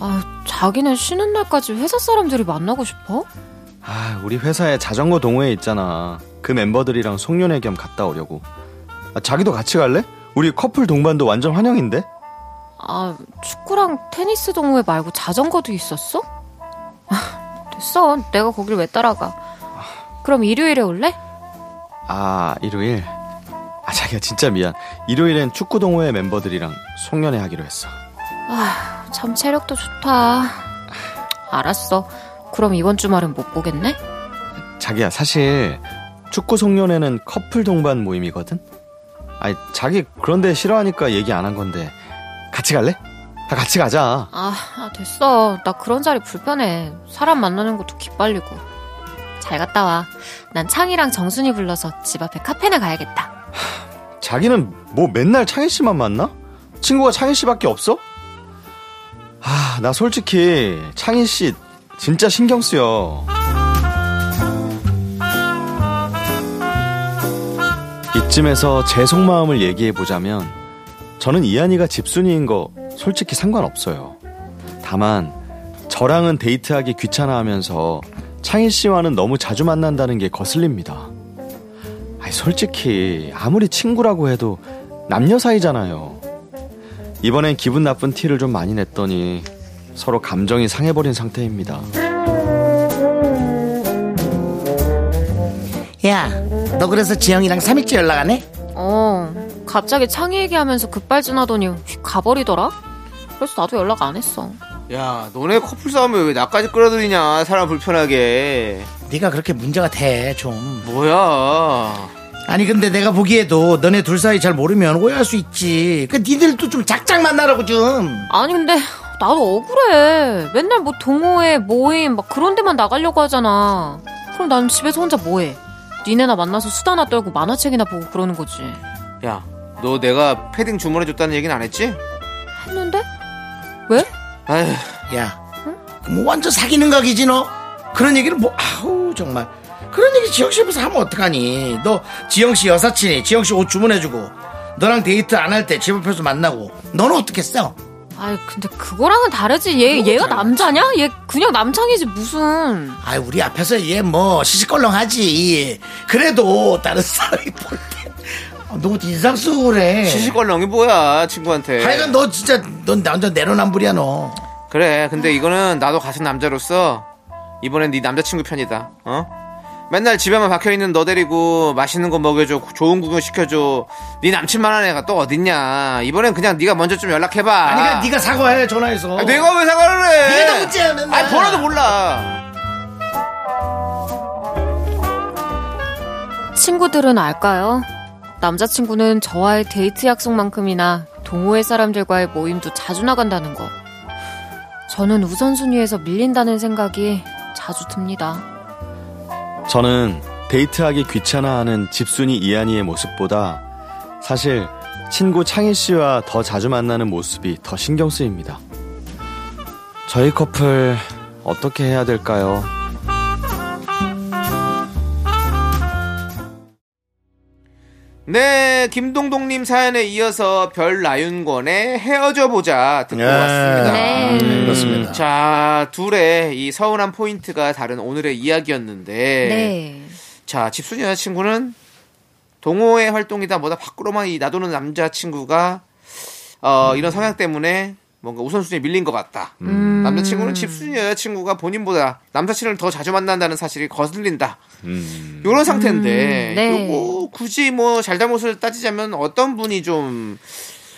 [SPEAKER 7] 아, 자기는 쉬는 날까지 회사 사람들이 만나고 싶어?
[SPEAKER 6] 아, 우리 회사에 자전거 동호회 있잖아. 그 멤버들이랑 송년회 겸 갔다 오려고. 아, 자기도 같이 갈래? 우리 커플 동반도 완전 환영인데?
[SPEAKER 7] 아, 축구랑 테니스 동호회 말고 자전거도 있었어? 아, 됐어. 내가 거길 왜 따라가. 그럼 일요일에 올래?
[SPEAKER 6] 아, 일요일. 아, 자기야, 진짜 미안. 일요일엔 축구 동호회 멤버들이랑 송년회 하기로 했어.
[SPEAKER 7] 참 체력도 좋다. 알았어. 그럼 이번 주말은 못 보겠네?
[SPEAKER 6] 자기야 사실 축구 송년회는 커플 동반 모임이거든. 아니 자기 그런데 싫어하니까 얘기 안 한 건데 같이 갈래? 다 같이 가자.
[SPEAKER 7] 아, 아, 됐어. 나 그런 자리 불편해. 사람 만나는 것도 기빨리고. 잘 갔다 와. 난 창이랑 정순이 불러서 집 앞에 카페나 가야겠다.
[SPEAKER 6] 자기는 뭐 맨날 창희 씨만 만나? 친구가 창희 씨밖에 없어? 아, 나 솔직히 창희 씨 진짜 신경 쓰여. 이쯤에서 제 속마음을 얘기해 보자면 저는 이한이가 집순이인 거 솔직히 상관없어요. 다만 저랑은 데이트하기 귀찮아하면서 창희 씨와는 너무 자주 만난다는 게 거슬립니다. 아니, 솔직히 아무리 친구라고 해도 남녀 사이잖아요. 이번엔 기분 나쁜 티를 좀 많이 냈더니 서로 감정이 상해버린 상태입니다.
[SPEAKER 1] 야, 너 그래서 지영이랑 3일째 연락 안 해?
[SPEAKER 7] 어, 갑자기 창이 얘기하면서 급발진하더니 휙 가버리더라? 그래서 나도 연락 안 했어.
[SPEAKER 2] 야, 너네 커플 싸움에 왜 나까지 끌어들이냐? 사람 불편하게.
[SPEAKER 1] 네가 그렇게 문제가 돼, 좀.
[SPEAKER 2] 뭐야?
[SPEAKER 1] 아니, 근데 내가 보기에도 너네 둘 사이 잘 모르면 오해할 수 있지. 그 니들도 좀 작작 만나라고 좀.
[SPEAKER 7] 아니 근데 나도 억울해. 맨날 뭐 동호회, 모임 막 그런 데만 나가려고 하잖아. 그럼 난 집에서 혼자 뭐해? 니네나 만나서 수다나 떨고 만화책이나 보고 그러는 거지.
[SPEAKER 2] 야, 너 내가 패딩 주문해 줬다는 얘기는 안 했지?
[SPEAKER 7] 했는데? 왜?
[SPEAKER 2] 아휴,
[SPEAKER 1] 야, 뭐 완전 사귀는 각이지 너. 그런 얘기를 뭐 아우 정말. 그런 얘기 지영 씨 옆에서 하면 어떡하니? 너 지영 씨 여사친이 지영 씨 옷 주문해주고 너랑 데이트 안 할 때 집 앞에서 만나고 너는 어떻겠어?
[SPEAKER 7] 아이 근데 그거랑은 다르지. 얘 얘가 남자냐? 얘 그냥 남창이지 무슨.
[SPEAKER 1] 아 우리 앞에서 얘 뭐 시시껄렁하지. 그래도 다른 사람이 볼 때. 아, 너 어떻게 인상 쓰고 그래.
[SPEAKER 2] 시시껄렁이 뭐야, 친구한테.
[SPEAKER 1] 하여간 너 진짜 넌 완전 내로남불이야 너.
[SPEAKER 2] 그래, 근데 이거는 나도 같은 남자로서 이번엔 네 남자친구 편이다. 어? 맨날 집에만 박혀있는 너 데리고 맛있는 거 먹여줘, 좋은 구경 시켜줘. 네 남친만한 애가 또 어딨냐? 이번엔 그냥 네가 먼저 좀 연락해봐.
[SPEAKER 1] 아니 그냥 네가 사과해 전화해서.
[SPEAKER 2] 아, 내가 왜 사과를 해?
[SPEAKER 1] 네가 다 문제야, 맨날.
[SPEAKER 2] 아니, 번호도 몰라.
[SPEAKER 7] 친구들은 알까요? 남자친구는 저와의 데이트 약속만큼이나 동호회 사람들과의 모임도 자주 나간다는 거. 저는 우선순위에서 밀린다는 생각이 자주 듭니다.
[SPEAKER 6] 저는 데이트하기 귀찮아하는 집순이 이한이의 모습보다 사실 친구 창희 씨와 더 자주 만나는 모습이 더 신경 쓰입니다. 저희 커플 어떻게 해야 될까요?
[SPEAKER 2] 네, 김동동님 사연에 이어서 별나윤권의 헤어져 보자 듣고
[SPEAKER 1] 예.
[SPEAKER 2] 왔습니다.
[SPEAKER 7] 네.
[SPEAKER 1] 음, 그렇습니다.
[SPEAKER 2] 자, 둘의 이 서운한 포인트가 다른 오늘의 이야기였는데.
[SPEAKER 7] 네.
[SPEAKER 1] 네.
[SPEAKER 2] 네. 자, 집순이 여자친구는 동호회 활동이다 뭐다 밖으로만 이 놔두는 남자친구가 어, 이런 성향 때문에 뭔가 우선순위에 밀린 것 같다. 남자친구는 집순이 여자친구가 본인보다 남자친구를 더 자주 만난다는 사실이 거슬린다. 이런 상태인데
[SPEAKER 7] 음, 네.
[SPEAKER 2] 요거 굳이 뭐 잘잘못을 따지자면 어떤 분이 좀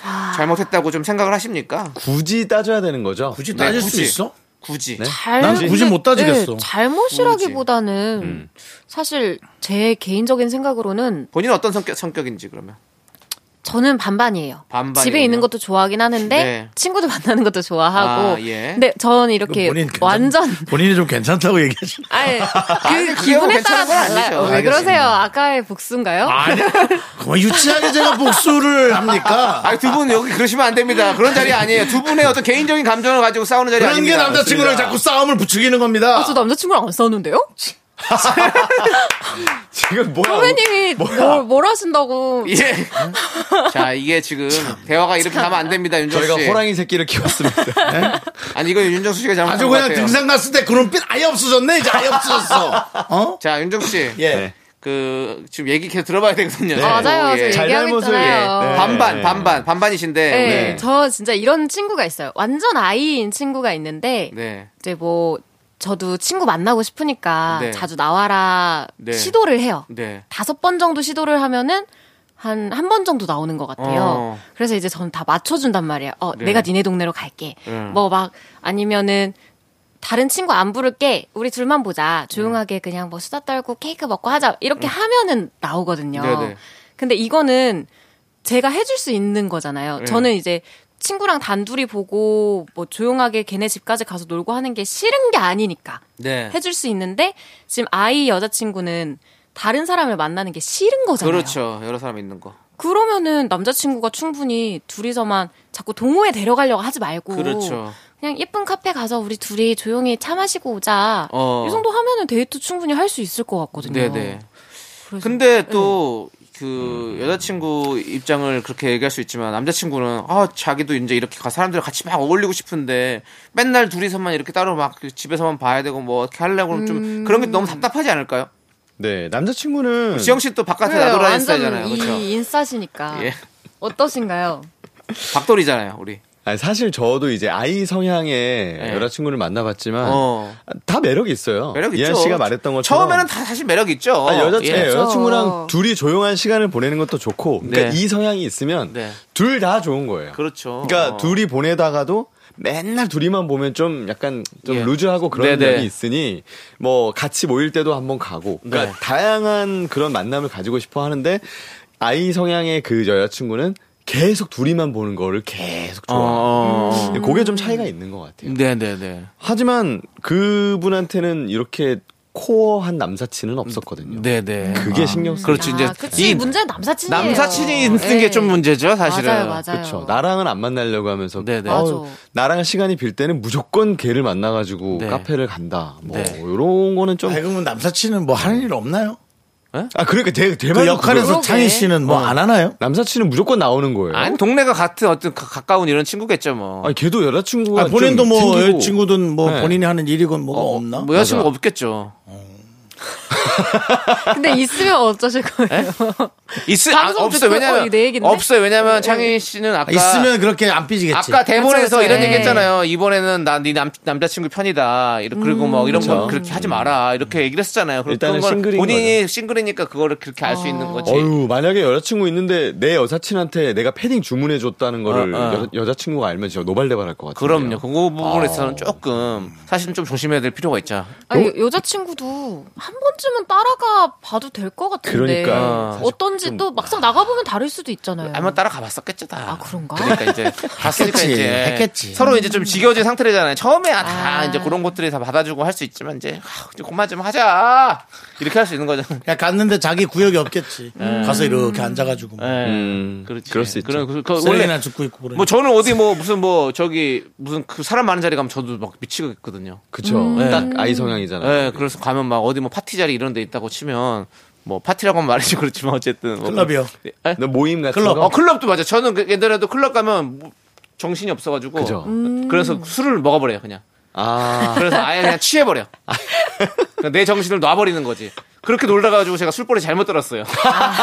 [SPEAKER 7] 아.
[SPEAKER 2] 잘못했다고 좀 생각을 하십니까?
[SPEAKER 6] 굳이 따져야 되는 거죠.
[SPEAKER 1] 굳이
[SPEAKER 2] 네,
[SPEAKER 1] 따질 수
[SPEAKER 2] 굳이.
[SPEAKER 1] 있어?
[SPEAKER 2] 굳이
[SPEAKER 6] 네?
[SPEAKER 7] 잘,
[SPEAKER 1] 난 굳이 못 따지겠어.
[SPEAKER 7] 잘못이라기보다는 사실 제 개인적인 생각으로는
[SPEAKER 2] 본인은 어떤 성격, 성격인지 그러면
[SPEAKER 7] 저는 반반이에요.
[SPEAKER 2] 반반이군요.
[SPEAKER 7] 집에 있는 것도 좋아하긴 하는데
[SPEAKER 2] 네.
[SPEAKER 7] 친구들 만나는 것도 좋아하고.
[SPEAKER 2] 아, 예.
[SPEAKER 7] 근데 저는 이렇게
[SPEAKER 1] 본인 괜찮-
[SPEAKER 7] 완전
[SPEAKER 1] 본인이 좀 괜찮다고 얘기하시는.
[SPEAKER 2] 아니,
[SPEAKER 7] 아니 그
[SPEAKER 2] 그게 뭐
[SPEAKER 7] 기분에 따라
[SPEAKER 2] 괜찮은 건 아니죠.
[SPEAKER 7] 달라요. 왜
[SPEAKER 2] 알겠습니다.
[SPEAKER 7] 그러세요? 아까의 복수인가요?
[SPEAKER 1] 그만 유치하게 제가 복수를 합니까?
[SPEAKER 2] 아, 두 분 여기 그러시면 안 됩니다. 그런 자리 아니에요. 두 분의 어떤 개인적인 감정을 가지고 싸우는 자리
[SPEAKER 1] 그런 게
[SPEAKER 2] 아닙니다.
[SPEAKER 1] 남자친구랑 자꾸 싸움을 부추기는 겁니다.
[SPEAKER 7] 아, 저 남자친구랑 안 싸우는데요?
[SPEAKER 6] 지금 뭐야?
[SPEAKER 7] 선배님이 뭘, 뭘 하신다고.
[SPEAKER 2] 예. 자, 이게 지금 대화가 이렇게 가면 안 됩니다, 윤정수
[SPEAKER 6] 저희가
[SPEAKER 2] 씨.
[SPEAKER 6] 호랑이 새끼를 키웠습니다.
[SPEAKER 1] 네?
[SPEAKER 2] 아니, 이건 윤정수 씨가 잘못한
[SPEAKER 1] 아주
[SPEAKER 2] 것
[SPEAKER 1] 그냥
[SPEAKER 2] 같아요.
[SPEAKER 1] 등산 갔을 때 그런빛 아예 없어졌네. 이제 아예 없어졌어. 어?
[SPEAKER 2] 자, 윤정수 씨.
[SPEAKER 1] 예.
[SPEAKER 6] 네.
[SPEAKER 2] 그 지금 얘기 계속 들어봐야 되거든요.
[SPEAKER 7] 네.
[SPEAKER 1] 네.
[SPEAKER 7] 맞아요.
[SPEAKER 2] 오, 예.
[SPEAKER 7] 저
[SPEAKER 6] 잘-
[SPEAKER 7] 얘기하고
[SPEAKER 6] 잘못을,
[SPEAKER 7] 있잖아요.
[SPEAKER 6] 예. 네.
[SPEAKER 2] 반반,
[SPEAKER 6] 네.
[SPEAKER 2] 반반, 반반이신데.
[SPEAKER 7] 네,
[SPEAKER 2] 네.
[SPEAKER 7] 저 진짜 이런 친구가 있어요. 완전 아이인 친구가 있는데
[SPEAKER 2] 네.
[SPEAKER 7] 이제 뭐 저도 친구 만나고 싶으니까
[SPEAKER 2] 네.
[SPEAKER 7] 자주 나와라
[SPEAKER 2] 네.
[SPEAKER 7] 시도를 해요.
[SPEAKER 2] 네.
[SPEAKER 7] 다섯 번 정도 시도를 하면은 한 한 번 정도 나오는 것 같아요.
[SPEAKER 2] 어.
[SPEAKER 7] 그래서 이제 저는 다 맞춰준단 말이야. 어,
[SPEAKER 2] 네.
[SPEAKER 7] 내가 니네 동네로 갈게.
[SPEAKER 2] 음.
[SPEAKER 7] 뭐 막 아니면은 다른 친구 안 부를게. 우리 둘만 보자.
[SPEAKER 2] 네.
[SPEAKER 7] 조용하게 그냥 뭐 수다 떨고 케이크 먹고 하자. 이렇게 하면은 나오거든요.
[SPEAKER 2] 음. 네네.
[SPEAKER 7] 근데 이거는 제가 해줄 수 있는 거잖아요.
[SPEAKER 2] 네.
[SPEAKER 7] 저는 이제 친구랑 단둘이 보고 뭐 조용하게 걔네 집까지 가서 놀고 하는 게 싫은 게 아니니까.
[SPEAKER 2] 네.
[SPEAKER 7] 해줄 수 있는데 지금 아이 여자친구는 다른 사람을 만나는 게 싫은 거잖아요.
[SPEAKER 2] 그렇죠. 여러 사람 있는 거.
[SPEAKER 7] 러면은 남자친구가 충분히 둘이서만 자꾸 동호회 데려가려고 하지 말고
[SPEAKER 2] 그렇죠.
[SPEAKER 7] 냥 예쁜 카페 가서 우리 둘이 조용히 차 마시고 오자.
[SPEAKER 2] 어.
[SPEAKER 7] 이 정도 하면은 데이트 충분히 할 수 있을 것 같거든요.
[SPEAKER 2] 네, 네.
[SPEAKER 7] 그래서-
[SPEAKER 2] 근데 또 그 여자친구 입장을 그렇게 얘기할 수 있지만 남자친구는 아 자기도 이제 이렇게 가 사람들과 같이 막 어울리고 싶은데 맨날 둘이서만 이렇게 따로 막그 집에서만 봐야 되고 뭐 어떻게 하려고 그러면
[SPEAKER 7] 음.
[SPEAKER 2] 좀 그런 게 너무 답답하지 않을까요?
[SPEAKER 6] 네, 남자친구는
[SPEAKER 2] 지영 씨 또 바깥에
[SPEAKER 7] 그래요.
[SPEAKER 2] 나돌아다니는
[SPEAKER 7] 완전
[SPEAKER 2] 스타일이잖아요. 그렇죠?
[SPEAKER 7] 이 인싸시니까
[SPEAKER 2] 예.
[SPEAKER 7] 어떠신가요?
[SPEAKER 2] 박돌이잖아요, 우리.
[SPEAKER 6] 아니, 사실 저도 이제 아이 성향의
[SPEAKER 2] 네.
[SPEAKER 6] 여자친구를 만나봤지만
[SPEAKER 2] 어.
[SPEAKER 6] 다 매력이 있어요.
[SPEAKER 2] 매력 있죠.
[SPEAKER 6] 이한 씨가 말했던 것처럼
[SPEAKER 2] 처음에는 다 사실 매력 있죠.
[SPEAKER 6] 아, 여자
[SPEAKER 2] 예.
[SPEAKER 6] 예, 여자친구랑
[SPEAKER 7] 그렇죠.
[SPEAKER 6] 둘이 조용한 시간을 보내는 것도 좋고 그러니까
[SPEAKER 2] 네.
[SPEAKER 6] 이 성향이 있으면
[SPEAKER 2] 네.
[SPEAKER 6] 둘 다 좋은 거예요.
[SPEAKER 2] 그렇죠.
[SPEAKER 6] 그러니까
[SPEAKER 2] 어.
[SPEAKER 6] 둘이 보내다가도 맨날 둘이만 보면 좀 약간 좀
[SPEAKER 2] 예.
[SPEAKER 6] 루즈하고 그런
[SPEAKER 2] 네네.
[SPEAKER 6] 면이 있으니 뭐 같이 모일 때도 한번 가고 그러니까
[SPEAKER 2] 네.
[SPEAKER 6] 다양한 그런 만남을 가지고 싶어 하는데 아이 성향의 그 여자친구는 계속 둘이만 보는 거를 계속 좋아해요. 음.
[SPEAKER 2] 어.
[SPEAKER 6] 예, 그게 좀 차이가 있는 것
[SPEAKER 1] 음.
[SPEAKER 6] 같아요.
[SPEAKER 2] 네, 네, 네.
[SPEAKER 6] 하지만 그분한테는 이렇게 코어한 남사친은 없었거든요.
[SPEAKER 2] 네, 네.
[SPEAKER 6] 그게 신경 쓰
[SPEAKER 2] 그렇죠. 이제
[SPEAKER 7] 아, 그치.
[SPEAKER 2] 이
[SPEAKER 7] 문제는 남사친이에요.
[SPEAKER 2] 남사친이 있는
[SPEAKER 7] 예.
[SPEAKER 2] 게 좀 문제죠, 사실은.
[SPEAKER 7] 맞아요, 맞아요.
[SPEAKER 6] 그렇죠. 나랑은 안 만나려고 하면서
[SPEAKER 2] 네네.
[SPEAKER 6] 아우,
[SPEAKER 7] 맞아.
[SPEAKER 6] 나랑 시간이 빌 때는 무조건 걔를 만나가지고
[SPEAKER 2] 네.
[SPEAKER 6] 카페를 간다. 뭐
[SPEAKER 2] 네.
[SPEAKER 6] 이런 거는 좀
[SPEAKER 1] 아이 그러면 남사친은 뭐 하는 일 없나요?
[SPEAKER 6] 아 그러니까 제, 제
[SPEAKER 1] 그
[SPEAKER 6] 말은
[SPEAKER 1] 역할에서
[SPEAKER 6] 그거예요.
[SPEAKER 7] 그러게.
[SPEAKER 1] 창희 씨는
[SPEAKER 2] 어.
[SPEAKER 1] 뭐 안 하나요?
[SPEAKER 6] 남사친은 무조건 나오는 거예요.
[SPEAKER 2] 아니 동네가 같은 어떤 가- 가까운 이런 친구겠죠 뭐.
[SPEAKER 6] 아니, 걔도 여자친구가
[SPEAKER 1] 아, 본인도
[SPEAKER 6] 좀
[SPEAKER 1] 뭐
[SPEAKER 6] 생기고.
[SPEAKER 1] 여자친구든 뭐
[SPEAKER 6] 네.
[SPEAKER 1] 본인이 하는 일이건 뭐가 없나?
[SPEAKER 2] 뭐 여자친구 가
[SPEAKER 6] 맞아.
[SPEAKER 2] 없겠죠.
[SPEAKER 7] 근데 있으면 어쩌실 거예요?
[SPEAKER 2] 있어 아,
[SPEAKER 7] 방송
[SPEAKER 2] 없어요
[SPEAKER 7] 듣고
[SPEAKER 2] 왜냐면
[SPEAKER 7] 어, 내 얘긴데? 네.
[SPEAKER 2] 없어요 왜냐면 창희 씨는 아까
[SPEAKER 1] 있으면 그렇게 안 삐지겠지.
[SPEAKER 2] 아까 대본에서
[SPEAKER 7] 그렇죠, 그렇죠.
[SPEAKER 2] 이런
[SPEAKER 7] 예.
[SPEAKER 2] 얘기했잖아요. 이번에는 나네남 남자친구 편이다. 이렇게 그리고
[SPEAKER 7] 음.
[SPEAKER 2] 뭐 이런 거
[SPEAKER 6] 그렇죠.
[SPEAKER 2] 그렇게 하지 마라 이렇게 얘기를 했었잖아요. 그럼
[SPEAKER 6] 일단은
[SPEAKER 2] 그건
[SPEAKER 6] 싱글인
[SPEAKER 2] 본인이 싱글이니까 그거를 그렇게 알 수
[SPEAKER 7] 아.
[SPEAKER 2] 있는 거지.
[SPEAKER 6] 어유 만약에 여자친구 있는데 내 여사친한테 내가 패딩 주문해 줬다는 거를
[SPEAKER 1] 아,
[SPEAKER 2] 어, 어.
[SPEAKER 6] 여, 자친구가 알면 진짜 노발대발할 것 같아요.
[SPEAKER 2] 그럼요. 그
[SPEAKER 6] 아.
[SPEAKER 2] 부분에서는 조금 사실은 좀 조심해야 될 필요가 있죠.
[SPEAKER 7] 아니, 여자친구도 한 번쯤은 따라가 봐도 될 것 같은데
[SPEAKER 6] 그러니까.
[SPEAKER 7] 어떤지 또 막상 나가보면 다를 수도 있잖아요.
[SPEAKER 2] 한번 따라가 봤었겠죠 다.
[SPEAKER 7] 아, 그런가?
[SPEAKER 2] 그러니까 이제 봤으니까
[SPEAKER 1] 했겠지,
[SPEAKER 2] 이제
[SPEAKER 1] 했겠지.
[SPEAKER 2] 서로 이제 좀 지겨워진 상태잖아요. 처음에 다
[SPEAKER 7] 아.
[SPEAKER 2] 이제 그런 것들이 다 받아주고 할 수 있지만 이제 아, 이제 그만 좀 하자 이렇게 할 수 있는 거잖아요.
[SPEAKER 1] 그냥 갔는데 자기 구역이 없겠지.
[SPEAKER 2] 네. 음.
[SPEAKER 1] 가서 이렇게 앉아가지고 뭐
[SPEAKER 6] 음,
[SPEAKER 2] 그렇지.
[SPEAKER 6] 그럴 수 있죠.
[SPEAKER 2] 그런 그, 그 네. 원래
[SPEAKER 1] 쓰레기나 죽고 그러니까. 있고 그래.
[SPEAKER 2] 뭐 저는 어디 뭐 무슨 뭐 저기 무슨 그 사람 많은 자리 가면 저도 막 미치겠거든요.
[SPEAKER 6] 그쵸.
[SPEAKER 2] 음.
[SPEAKER 6] 딱 아이 성향이잖아요.
[SPEAKER 2] 예, 그래서 가면 막 어디 뭐 파티 자리 이런 데 있다고 치면 뭐 파티라고는 말하지 그렇지만 어쨌든 뭐
[SPEAKER 1] 클럽이요.
[SPEAKER 2] 예? 예?
[SPEAKER 6] 근데 모임 같은
[SPEAKER 1] 클럽.
[SPEAKER 6] 거.
[SPEAKER 2] 어 클럽도 맞아. 저는 그 옛날에도 클럽 가면 뭐 정신이 없어가지고
[SPEAKER 6] 그죠.
[SPEAKER 2] 그래서 술을 먹어버려요 그냥.
[SPEAKER 6] 아.
[SPEAKER 2] 그래서 아예 그냥 취해버려. 그냥 내 정신을 놔버리는 거지. 그렇게 놀다가지고 제가 술벌이 잘못 들었어요.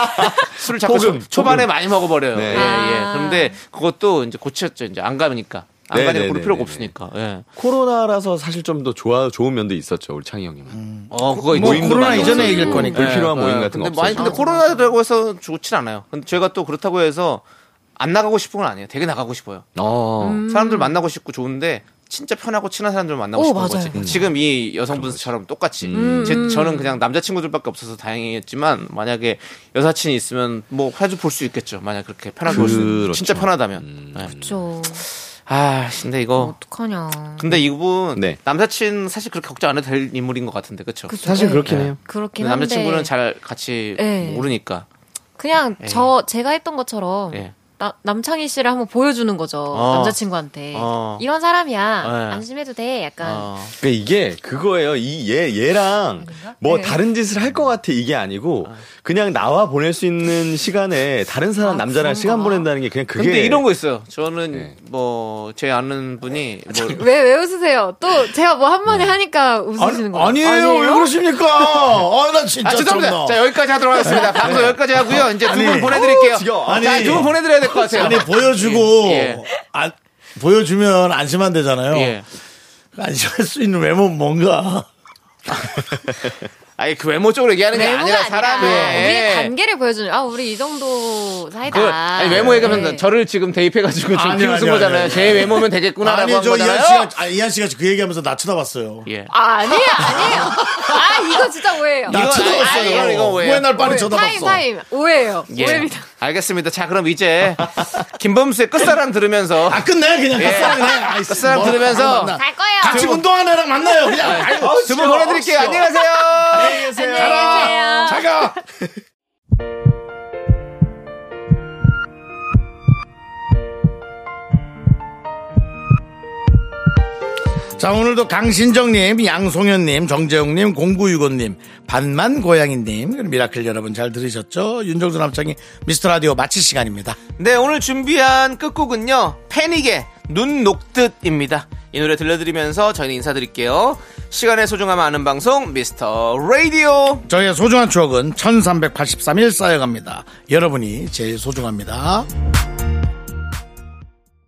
[SPEAKER 2] 술을 자꾸
[SPEAKER 6] 호금,
[SPEAKER 2] 초, 반에
[SPEAKER 6] 호금.
[SPEAKER 2] 많이 먹어버려요.
[SPEAKER 6] 네.
[SPEAKER 2] 예, 예. 그런데 그것도 이제 고쳤죠. 이제 안 가니까. 안간이를
[SPEAKER 6] 네네네네.
[SPEAKER 2] 고를 필요가 없으니까. 예.
[SPEAKER 6] 코로나라서 사실 좀 더 좋아 좋은 면도 있었죠 우리 창희 형님은.
[SPEAKER 2] 어, 그거
[SPEAKER 1] 뭐
[SPEAKER 6] 모임도
[SPEAKER 1] 코로나
[SPEAKER 6] 많이
[SPEAKER 1] 이전에
[SPEAKER 6] 없어지고
[SPEAKER 1] 얘기일 거니까.
[SPEAKER 6] 불필요한
[SPEAKER 2] 예,
[SPEAKER 6] 모임
[SPEAKER 2] 예.
[SPEAKER 6] 같은 거
[SPEAKER 2] 근데 많이-
[SPEAKER 6] 없어요.
[SPEAKER 2] 근데 코로나라고 해서 좋진 않아요. 근데 제가 또 그렇다고 해서 안 나가고 싶은 건 아니에요. 되게 나가고 싶어요.
[SPEAKER 6] 어.
[SPEAKER 7] 음.
[SPEAKER 2] 사람들 만나고 싶고 좋은데 진짜 편하고 친한 사람들 만나고
[SPEAKER 7] 오,
[SPEAKER 2] 싶은
[SPEAKER 7] 어, 맞아요. 음.
[SPEAKER 2] 거지. 지금 이 여성분처럼 똑같이. 제, 저는 그냥 남자친구들밖에 없어서 다행이었지만 만약에 여사친이 있으면 뭐 해도 볼 수 있겠죠. 만약 그렇게 편하게 볼수
[SPEAKER 6] 그렇죠.
[SPEAKER 2] 진짜 편하다면. 네.
[SPEAKER 7] 그렇죠.
[SPEAKER 2] 아 근데 이거
[SPEAKER 7] 뭐 어떡하냐.
[SPEAKER 2] 근데 이분
[SPEAKER 6] 네.
[SPEAKER 2] 남사친 사실 그렇게 걱정 안 해도 될 인물인 것 같은데 그렇죠.
[SPEAKER 7] 그쵸,
[SPEAKER 6] 사실
[SPEAKER 7] 예.
[SPEAKER 6] 그렇긴 해요.
[SPEAKER 7] 그렇긴 한데
[SPEAKER 2] 남자친구는 잘 같이
[SPEAKER 7] 예.
[SPEAKER 2] 모르니까.
[SPEAKER 7] 그냥 저 제가 했던 것처럼
[SPEAKER 2] 예.
[SPEAKER 7] 나- 남창희 씨를 한번 보여주는 거죠
[SPEAKER 2] 어.
[SPEAKER 7] 남자친구한테
[SPEAKER 2] 어.
[SPEAKER 7] 이런 사람이야
[SPEAKER 2] 예.
[SPEAKER 7] 안심해도 돼 약간
[SPEAKER 2] 어.
[SPEAKER 6] 그러니까 이게 그거예요. 이 얘 얘랑 뭐
[SPEAKER 7] 네.
[SPEAKER 6] 다른 짓을 할 것 같아 이게 아니고 그냥 나와 보낼 수 있는 시간에 다른 사람 남자랑 시간 보낸다는 게 아, 그냥 그게
[SPEAKER 2] 근데 이런 거 있어요. 저는
[SPEAKER 6] 예.
[SPEAKER 2] 뭐 제 아는 분이 뭐
[SPEAKER 7] 왜, 왜 웃으세요? 또, 제가 뭐 한마디
[SPEAKER 2] 네.
[SPEAKER 7] 하니까 웃으시는 거예요.
[SPEAKER 1] 아니, 에요왜 그러십니까? 아, 나 진짜
[SPEAKER 2] 아, 죄송합니다.
[SPEAKER 1] 나
[SPEAKER 2] 자, 여기까지 하도록 하겠습니다. 방송 여기까지 하고요. 이제 두 분
[SPEAKER 1] 네. 아니. 어,
[SPEAKER 2] 보내드릴게요.
[SPEAKER 6] 오, 지겨워.
[SPEAKER 1] 아니.
[SPEAKER 2] 자, 두 분 보내드려야 될 것 같아요.
[SPEAKER 1] 아니 보여주고
[SPEAKER 2] 예.
[SPEAKER 1] 안 보여주면 안심한 되잖아요.
[SPEAKER 2] 예.
[SPEAKER 1] 안심할 수 있는 외모 는 뭔가
[SPEAKER 2] 아니, 그 외모 쪽으로 얘기하는 게
[SPEAKER 7] 외모가
[SPEAKER 2] 아니라
[SPEAKER 7] 아니라 우리의
[SPEAKER 2] 사람의.
[SPEAKER 7] 관계를 보여주는, 아, 우리 이 정도 사이다.
[SPEAKER 2] 그걸, 아니, 외모 얘기하면
[SPEAKER 7] 네.
[SPEAKER 2] 저를 지금 대입해가지고 지금
[SPEAKER 1] 아니요,
[SPEAKER 2] 비웃은
[SPEAKER 1] 아니요,
[SPEAKER 2] 거잖아요.
[SPEAKER 1] 아니요.
[SPEAKER 2] 제 외모면 되겠구나라고
[SPEAKER 1] 아니
[SPEAKER 2] 한
[SPEAKER 1] 저
[SPEAKER 2] 거잖아요.
[SPEAKER 1] 이한 씨가 아, 이한 씨가 그 얘기하면서 나 쳐다봤어요.
[SPEAKER 2] 예.
[SPEAKER 7] 아, 아니에요, 아니에요. 아, 이거 진짜 오해예요.
[SPEAKER 1] 나
[SPEAKER 2] 이건 아니,
[SPEAKER 1] 쳐다봤어요.
[SPEAKER 2] 아니, 이건 오해야.
[SPEAKER 1] 왜날 빨리
[SPEAKER 7] 오해.
[SPEAKER 1] 쳐다봤어?
[SPEAKER 7] 타임, 타임. 오해예요.
[SPEAKER 2] 예.
[SPEAKER 7] 오해입니다.
[SPEAKER 2] 알겠습니다. 자, 그럼 이제 김범수의 끝사랑 들으면서
[SPEAKER 1] 아 끝내 그냥
[SPEAKER 2] 예.
[SPEAKER 1] 끝사람 그냥. 아이씨,
[SPEAKER 2] 끝사람
[SPEAKER 1] 뭐,
[SPEAKER 2] 들으면서
[SPEAKER 1] 만나.
[SPEAKER 7] 갈 거예요. 네,
[SPEAKER 1] 같이 운동하는 애랑 만나요 그냥. 아이고,
[SPEAKER 2] 두 분 보내드릴게요. 안녕히 가세요.
[SPEAKER 1] 네.
[SPEAKER 7] 안녕히 계세요.
[SPEAKER 1] 자가 자 오늘도 강신정님, 양송현님, 정재웅님, 공구유건님, 반만 고양이님, 그리고 미라클 여러분 잘 들으셨죠? 윤정수 남창희 미스터 라디오 마칠 시간입니다.
[SPEAKER 2] 네, 오늘 준비한 끝곡은요. 패닉의 눈 녹듯입니다. 이 노래 들려드리면서 저희는 인사드릴게요. 시간의 소중함 아는 방송 미스터 라디오.
[SPEAKER 1] 저희의 소중한 추억은 1383일 쌓여갑니다. 여러분이 제일 소중합니다.